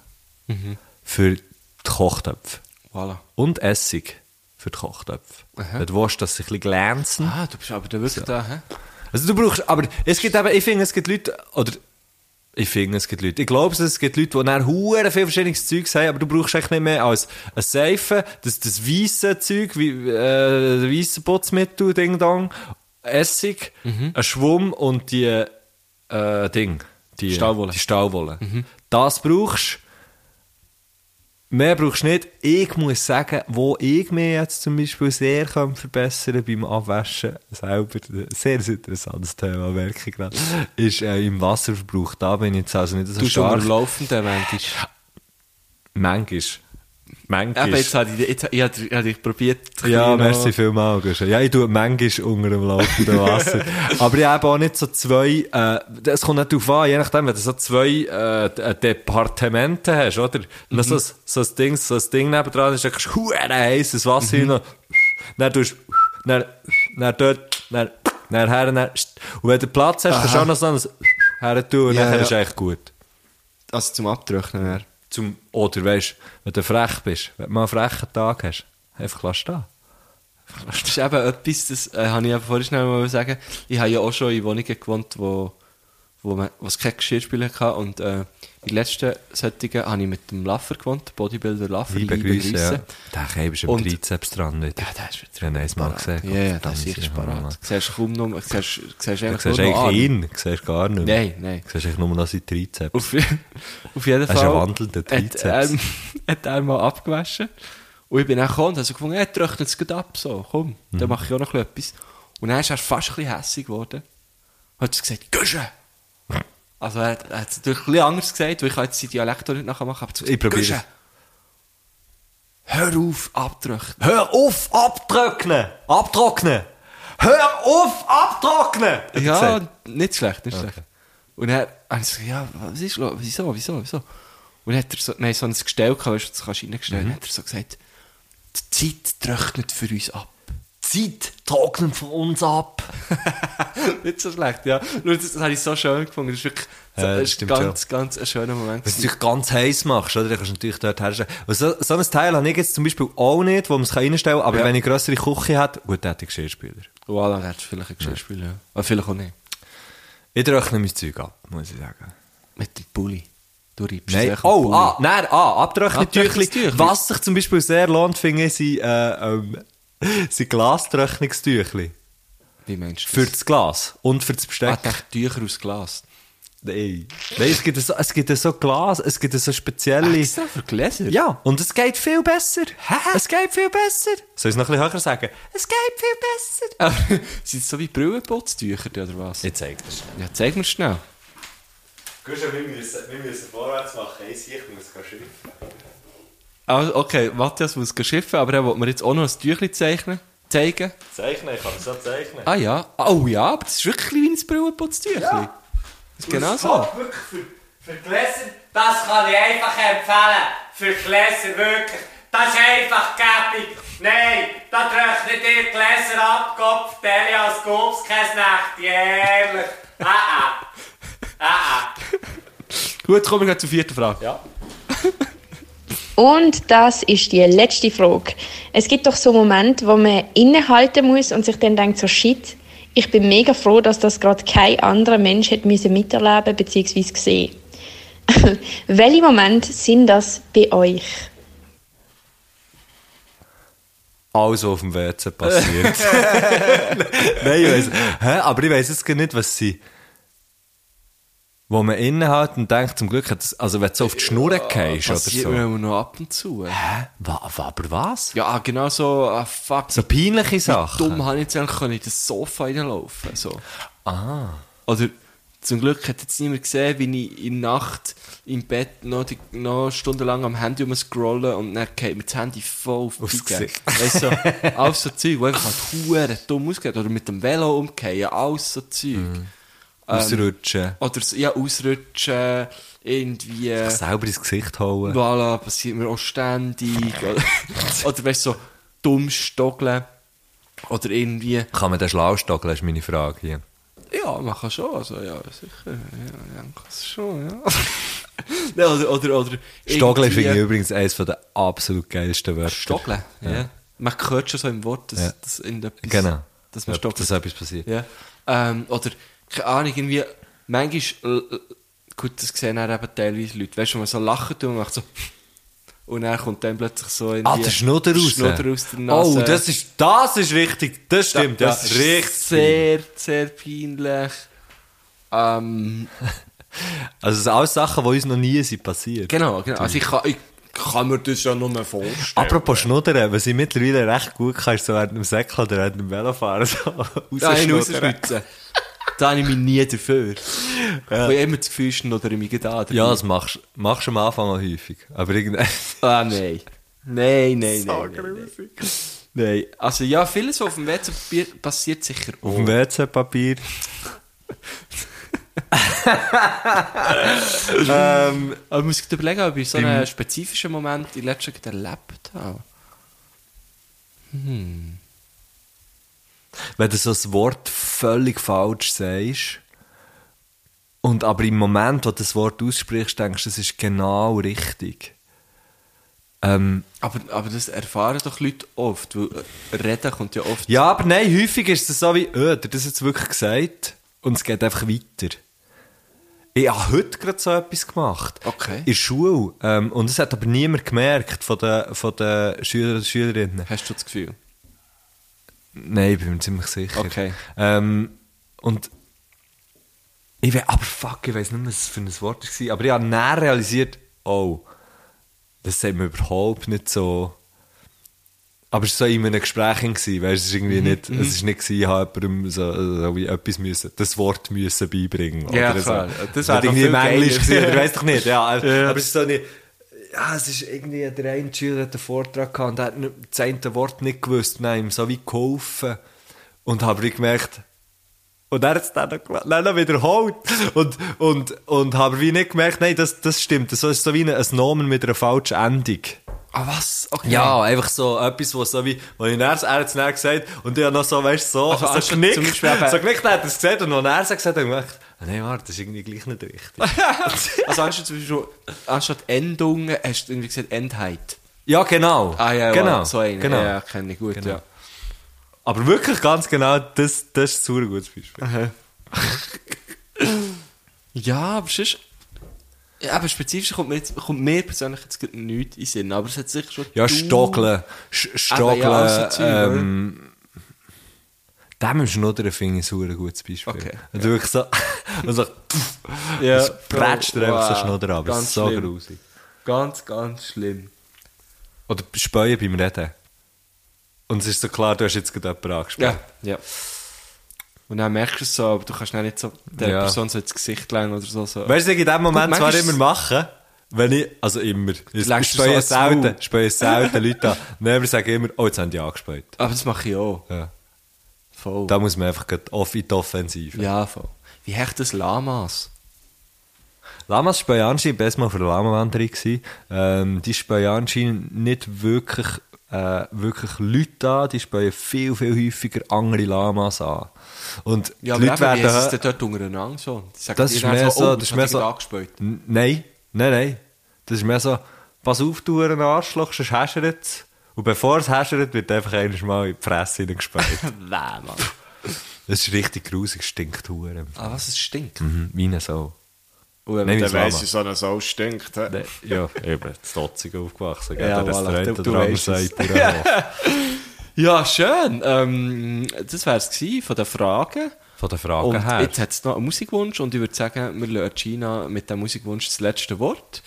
Für die Kochtöpfe. Voilà. Und Essig für die Kochtöpfe. Aha. Du willst, dass sie ein bisschen glänzen. Ah, du bist aber da wirklich da, hä? Also du brauchst, aber es gibt eben, ich finde, es gibt Leute, oder ich finde, es gibt Leute, ich glaube, es gibt Leute, die dann hure viel verschiedenes Zeug haben, aber du brauchst eigentlich nicht mehr als eine Seife, das, das weisse Zeug, wie, äh, das weisse Putzmittel, Ding Dong, Essig, ein Schwamm und die, äh, Ding, die Stahlwolle. Die Stahlwolle. Das brauchst Mehr brauchst du nicht. Ich muss sagen, wo ich mich jetzt zum Beispiel sehr kann verbessern beim Abwaschen selber, ein sehr sehr interessantes Thema, merke ich gerade, ist äh, im Wasserverbrauch. Da bin ich jetzt also nicht so Du schon stark. am Laufenden, manchmal. Manchmal. Manchmal. Eben, jetzt habe ich, jetzt, ich, habe- ich habe dich probiert. Ja, merci vielmals. Guschen. Ja, ich tue manchmal unter dem laufenden Wasser. Aber ich habe auch nicht so zwei, äh, das kommt nicht darauf an, je nachdem, wenn du so zwei äh, D- äh, Departemente hast, oder? Mhm. So, ein- so, ein Ding, so ein Ding nebendran ist, dann kriegst du verdammt heißes Wasser mhm. rein, dann tust du, dann, dann dort, dann, dann her, dann, und wenn du Platz hast, kannst du auch noch so ein her tun, und Ja, dann ist ja. eigentlich gut. Also zum Abtrocknen wäre. Zum, oder weißt wenn du frech bist, wenn du mal einen frechen Tag hast, einfach lass stehen. Das ist eben etwas, das äh, habe ich ja vorhin schnell mal sagen. Ich habe ja auch schon in Wohnungen gewohnt, wo, wo, man, wo es keine Geschirrspüler hatte. Und äh, in letzten solchen habe ich mit dem Laffer gewohnt, Bodybuilder Laffer. Liebe Grüße, ja. Grüße. Da kämst du im Und- Trizeps dran, nicht? Ja, das ist wieder Wenn du eins mal gesehen Ja, ja, das ist echt parat. Du siehst kaum noch, du siehst, du siehst Du eigentlich siehst nur noch eigentlich Arme. ihn, du siehst gar nicht mehr. Nein, nein. Du siehst eigentlich nur noch seine Trizeps. Auf, auf jeden Das Fall. ist ein wandelnder Trizeps. Hat, ähm, hat er mal abgewaschen. Und ich bin dann gekommen und habe so gefunden, er trocknet es gut ab, so, komm, Mhm. dann mache ich auch noch ein bisschen etwas. Und dann ist er fast ein bisschen hässig geworden. Hat er gesagt, Güsche! Also er, hat- er hat es natürlich ein bisschen anders gesagt, weil ich kann jetzt seinen Dialekt auch nicht nachher machen, aber so Ich probiere es. «Güsche, Hör auf, abtrocknen. Hör auf, abtrocknen! Abtrocknen! Hör auf, abtrocknen! hat er gesagt. Ja, nicht schlecht, nicht schlecht. Und er hat gesagt, ja, was ist los? Wieso, wieso, wieso? Und dann hat er so, wir haben so ein Gestell gehabt, weißt du, das kannst du reinstellen. Mhm. Dann hat er so gesagt, die Zeit trocknet für uns ab. Die Zeit trocknet von uns ab. nicht so schlecht, ja. Nur das, das habe ich so schön gefunden. Das ist wirklich so, Ja, das das ist stimmt ganz, ganz ein schöner Moment. Wenn du dich ganz heiß machst, oder? Dann kannst du natürlich dort herstellen. Und so, so ein Teil habe ich jetzt zum Beispiel auch nicht, wo man es kann reinstellen kann, aber Ja. wenn ich grössere Küche hätte, gut, dann hätte ich Geschirrspüler. Voilà, dann hättest du vielleicht ein Geschirrspüler, ja. Aber Ah, vielleicht auch nicht. Ich trockne mein Zeug ab, muss ich sagen. Mit dem Pulli. Du reibst Nein. dich am Oh, Pulli. ah, nein, ah, Abtrocknetüchli. Abtrocknetüchli. Was sich zum Beispiel sehr lohnt, finde ich, sind, äh, ähm, sind Glastrocknungstüchli. Wie meinst du Für das? das Glas und für das Ah, Besteck. ich dachte, Tücher aus Glas. Nein. Nein, es gibt so, es gibt so Glas, es gibt so spezielle... Extra für Gläser? Ja, und es geht viel besser. Es geht viel besser. Soll ich es noch ein bisschen höher sagen? Es geht viel besser. Aber sind es so wie Brillenputztücher oder was? Ich zeig das. Ja, zeig mir schnell. Guschen, wir müssen, wir müssen vorwärts machen. Ich muss schreiben. Also, okay, Matthias muss geschiffen, aber er will mir jetzt auch noch ein Tüchlein zeichnen, zeigen. Zeichnen, ich kann es auch zeichnen. Ah ja, oh ja, aber das ist wirklich wie ein Brillenputztüchlein. Ja. Das ist genau so. Ah. Für Gläser, das kann ich einfach empfehlen. Für Gläser wirklich. Das ist einfach gäbig. Nein, da trocknet ihr Gläser ab, Kopf, Delias, Gubskäsnacht, jährlich. Ah, ah. Ah, ah. Gut, kommen wir gleich zur vierten Frage. Ja. Und das ist die letzte Frage. Es gibt doch so Momente, wo man innehalten muss und sich dann denkt, so shit, ich bin mega froh, dass das gerade kein anderer Mensch hat müssen miterleben bzw. gesehen. Welche Momente sind das bei euch? alles was auf dem WC passiert. Nein, ich weiss. Hä? Aber ich weiss jetzt gar nicht, was sie. Wo man innehält und denkt, zum Glück hat es. Also, wenn du so auf die Schnur gehst oder Das sieht so. man noch ab und zu. Hä? Wa, wa, aber was? Ja, genau so, ah, fuck, So peinliche wie Sachen. dumm habe ich jetzt eigentlich können in das Sofa reinlaufen. So. Ah. Oder Zum Glück hat jetzt niemand gesehen, wie ich in der Nacht im Bett noch, die, noch stundenlang am Handy rumscrollen und dann geht mir das Handy voll auf die Aufs Beine. Gesicht. Weißt du, so, alles so Zeug, wo einfach halt Huren dumm ausgeht. Oder mit dem Velo umgehen, alles so Zeug. Mhm. Ausrutschen. Oder so, ja, ausrutschen, irgendwie. Ähm, Selber ins Gesicht hauen. Voilà, passiert mir auch ständig. Oder, oder weißt du, so dumm stogeln. Oder irgendwie. Kann man den schlau stocken, ist meine Frage hier. Ja, man kann schon, also ja, sicher. Ja, ich denke es schon, ja. Nein, oder, oder, oder. Stockle irgendwie- finde ich übrigens eines der absolut geilsten Wörter. Stogeln, ja. Man hört schon so im Wort, dass, Ja. dass in etwas, Genau. dass man Ja, stockelt. Dass etwas passiert. Ja. Ähm, oder, keine Ahnung, irgendwie, manchmal, äh, gut, das sehen dann eben teilweise Leute, weißt du, wenn man so lachen tut, man macht so, und dann kommt dann plötzlich so in Ah, der Schnudder raus. Schnudder aus der Nase. Oh, das ist, das ist richtig. Das Da- stimmt, das ja. ist Richtig. sehr, sehr peinlich. Ähm, Also, das sind alles Sachen, die uns noch nie sind passiert. genau, genau. Also ich kann, ich kann mir das ja nur mehr vorstellen. Apropos Schnuddern, was ich mittlerweile recht gut kann, ist so während dem Säckel oder während dem Velofahren so Nein, rausschnuddern. rausschnitzen. da habe ich mich nie dafür. Weil ich immer das Gefühl ist, oder mich da. oder Ja, nie. das machst du machst du am Anfang auch häufig. Aber irgendwann... Ah, nein. Nein, nein, nein. Nein, nein. nein. Also ja, vieles was auf dem WC passiert sicher Auf dem WC-Papier. ähm, Aber ich muss gerade überlegen, ob ich so einen spezifischen Moment in letzter Zeit erlebt habe. wenn du so ein Wort völlig falsch sagst und aber im Moment, wo du das Wort aussprichst, denkst du, es ist genau richtig. Ähm, Aber, aber das erfahren doch Leute oft, weil äh, reden kommt ja oft. ja, aber nein, häufig ist es so wie, oh, hat er das jetzt wirklich gesagt? Und es geht einfach weiter. Ich habe heute gerade so etwas gemacht. Okay. In der Schule. Ähm, und es hat aber niemand gemerkt von den, von den Schülern und Schülerinnen. Hast du das Gefühl? Nein, ich bin mir ziemlich sicher. Okay. Ähm, und ich weiß, aber fuck, ich weiß nicht mehr, was es für ein Wort war. Aber ich habe näher realisiert, oh, das sagt mir überhaupt nicht so. Aber es war so in einem Gespräch, gewesen, weißt, es war irgendwie Mhm, nicht, es ist nicht, gewesen, ich habe jemandem so, so wie etwas müssen, das Wort müssen beibringen. Ja, oder so. klar. Das wäre doch irgendwie im viel Englisch geiler. gewesen, oder weiss doch nicht, ja. Aber es ist so nicht, ja, es ist irgendwie, der eine Schüler hat einen Vortrag gehabt und der hat nicht- das eine Wort nicht gewusst, nein, ihm so wie geholfen. Und habe ich gemerkt, und er hat es dann noch, gel- dann noch wiederholt. Und, und, und habe wie nicht gemerkt, nein, das, das stimmt. Das ist so wie ein, ein Nomen mit einer falschen Endung. Ah, was? Okay. Ja, einfach so etwas, was so wie, wo ich dann, er hat es dann gesagt und ich habe noch so, weißt du, so, Also so anstatt genickt, zum Beispiel eben- so genickt hat er es gesagt und als er es gesagt hat, habe ich gedacht, ah, nein, warte, das ist irgendwie gleich nicht richtig. Also anstatt, zum Beispiel, anstatt Endungen hast du irgendwie gesagt Endheit. ja, genau. Ah ja, genau. ja so eine. genau. Ja, Ja, kenne ich gut, Genau. ja. Aber wirklich ganz genau, das, das ist ein super gutes Beispiel. Ja, aber sonst... Ja, aber spezifisch kommt mir, jetzt, kommt mir persönlich jetzt gerade nichts in den Sinn, aber es hat sicher schon... Ja, du- Stockeln. Sch- Stockeln. ja, also Zeug, oder? ähm, dem ist Schnuddern, finde ich, ein super gutes Beispiel. Okay, Und wirklich so, und so, pff, Ja, es prätscht dir einfach so wow, Schnuddern ab. Es ganz ist so schlimm. grusig. Ganz, ganz schlimm. Oder Späuen beim Reden. Und es ist so klar, du hast jetzt gerade jemanden angesprochen. Ja, ja. Und dann merkst du es so, aber du kannst dann nicht so der Ja. Person so ins Gesicht legen oder so. so. Weißt du, was ich in dem Moment zwar manchmal- immer mache, wenn ich, also immer, ich legst du so späue als Maul. selten, späue selten Leute an. Nein, aber ich sage immer, oh, jetzt haben die angespäut. Aber das mache ich auch. Ja. Voll. Da muss man einfach grad off in die Offensive. ja, voll. Wie hecht das Lamas? Lamas war anscheinend bestes Mal auf der Lama-Wanderung. gewesen. Ähm, die spielen anscheinend nicht wirklich, äh, wirklich Leute an, die spielen viel, viel häufiger andere Lamas an. Und Ja, die aber Leute eben, wie werden... ist es denn hö- dort untereinander so? Die sagen das dir ist dann mehr so... oh, das ist hat mehr dich so angespäut. N- nein, nein, nein. Das ist mehr so, pass auf, du ein Arschloch, sonst häschert es. Und bevor es häschert, wird einfach einmal mal in die Fresse hineingespäut. Nein, Mann. das ist richtig grusig, stinkt hure. Ah, was, es stinkt. Mhm, wie eine Sau. Und wenn Nein, wie man dann ein Lama. Weiss ich, so eine Sau stinkt. hä? Nee, Äh, ja, eben, das Dotzig aufgewachsen, gell? Ja, Ja, das voilà, voilà, du- oder du andere weisst es. Seite ja. Ja, schön. Ähm, das wär's gewesen von den Fragen. Von der Frage Und her. jetzt hat es noch einen Musikwunsch und ich würde sagen, wir lassen Gina mit dem Musikwunsch das letzte Wort.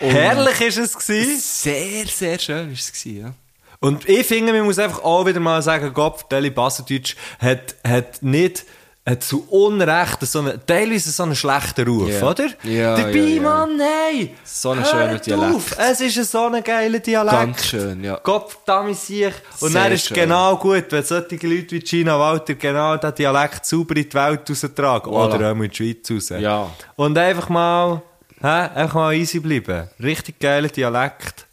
Und Herrlich ist es gewesen. Sehr, sehr schön war es, gewesen, ja. Und ich finde, man muss einfach auch wieder mal sagen, Gott, Deli Bassendeutsch hat, hat nicht, hat zu Unrecht so einen, teilweise so einen schlechten Ruf, Ja. oder? Ja, Dabei, ja, ja. Mann, hey! So ein hört schöner Dialekt. Auf. Es ist so ein geiler Dialekt. Ganz schön, ja. Gott, damit sich. Und Sehr dann ist es schön. genau gut, wenn solche Leute wie Gina Walter genau diesen Dialekt sauber in die Welt raustragen. Voilà. Oder auch in die Schweiz raus. Ja. Und einfach mal, hä, einfach mal easy bleiben. Richtig geiler Dialekt.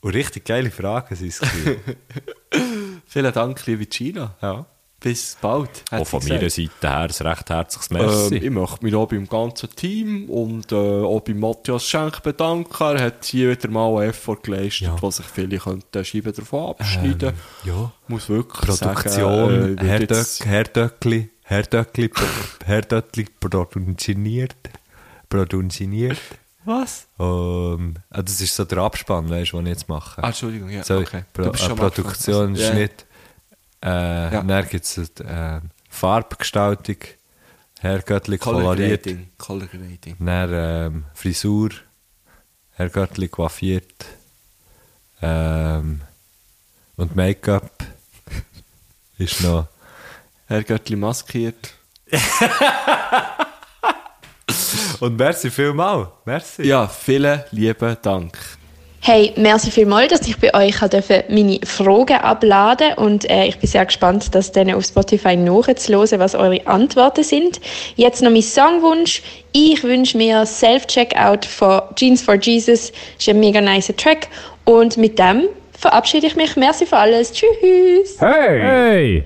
Und richtig geile Fragen sind es. gewesen. Vielen Dank, liebe Gina. ja. Bis bald. hat Auch sie von gesagt. meiner Seite her ein recht herzliches Ähm, Merci. ich möchte mich auch beim ganzen Team und äh, auch bei Matthias Schenk bedanken. Er hat hier wieder mal einen Effort geleistet, wo sich viele könnten Scheiben davon abschneiden Ähm, ja. Muss wirklich Produktion, sagen, äh, Herr wird jetzt- Döck- Herr Döckli, Herr Döckli, pro- Herr Döckli produziert, produziert. Was? Ähm, ah, das ist so der Abspann, weißt du, den ich jetzt mache. Ah, Entschuldigung, ja, Sorry, okay. Pro, äh, am Produktion, Anfang. Ja. Schnitt, äh, Ja. dann gibt es äh, Farbgestaltung, Herr Göttli Color koloriert, Grading. Color Grading. dann ähm, Frisur, Herr Göttli coiffiert ähm, und Make-up ist noch... Herr Göttli maskiert. Und merci vielmal. Merci. Ja, vielen lieben Dank. Hey, merci vielmals, dass ich bei euch halt dürfen meine Fragen abladen und äh, ich bin sehr gespannt, dass denen auf Spotify nachzuhören, was eure Antworten sind. Jetzt noch mein Songwunsch. Ich wünsche mir Self-Checkout von Jeans for Jesus. Ist ein mega nice Track. Und mit dem verabschiede ich mich. Merci für alles. Tschüss. Hey!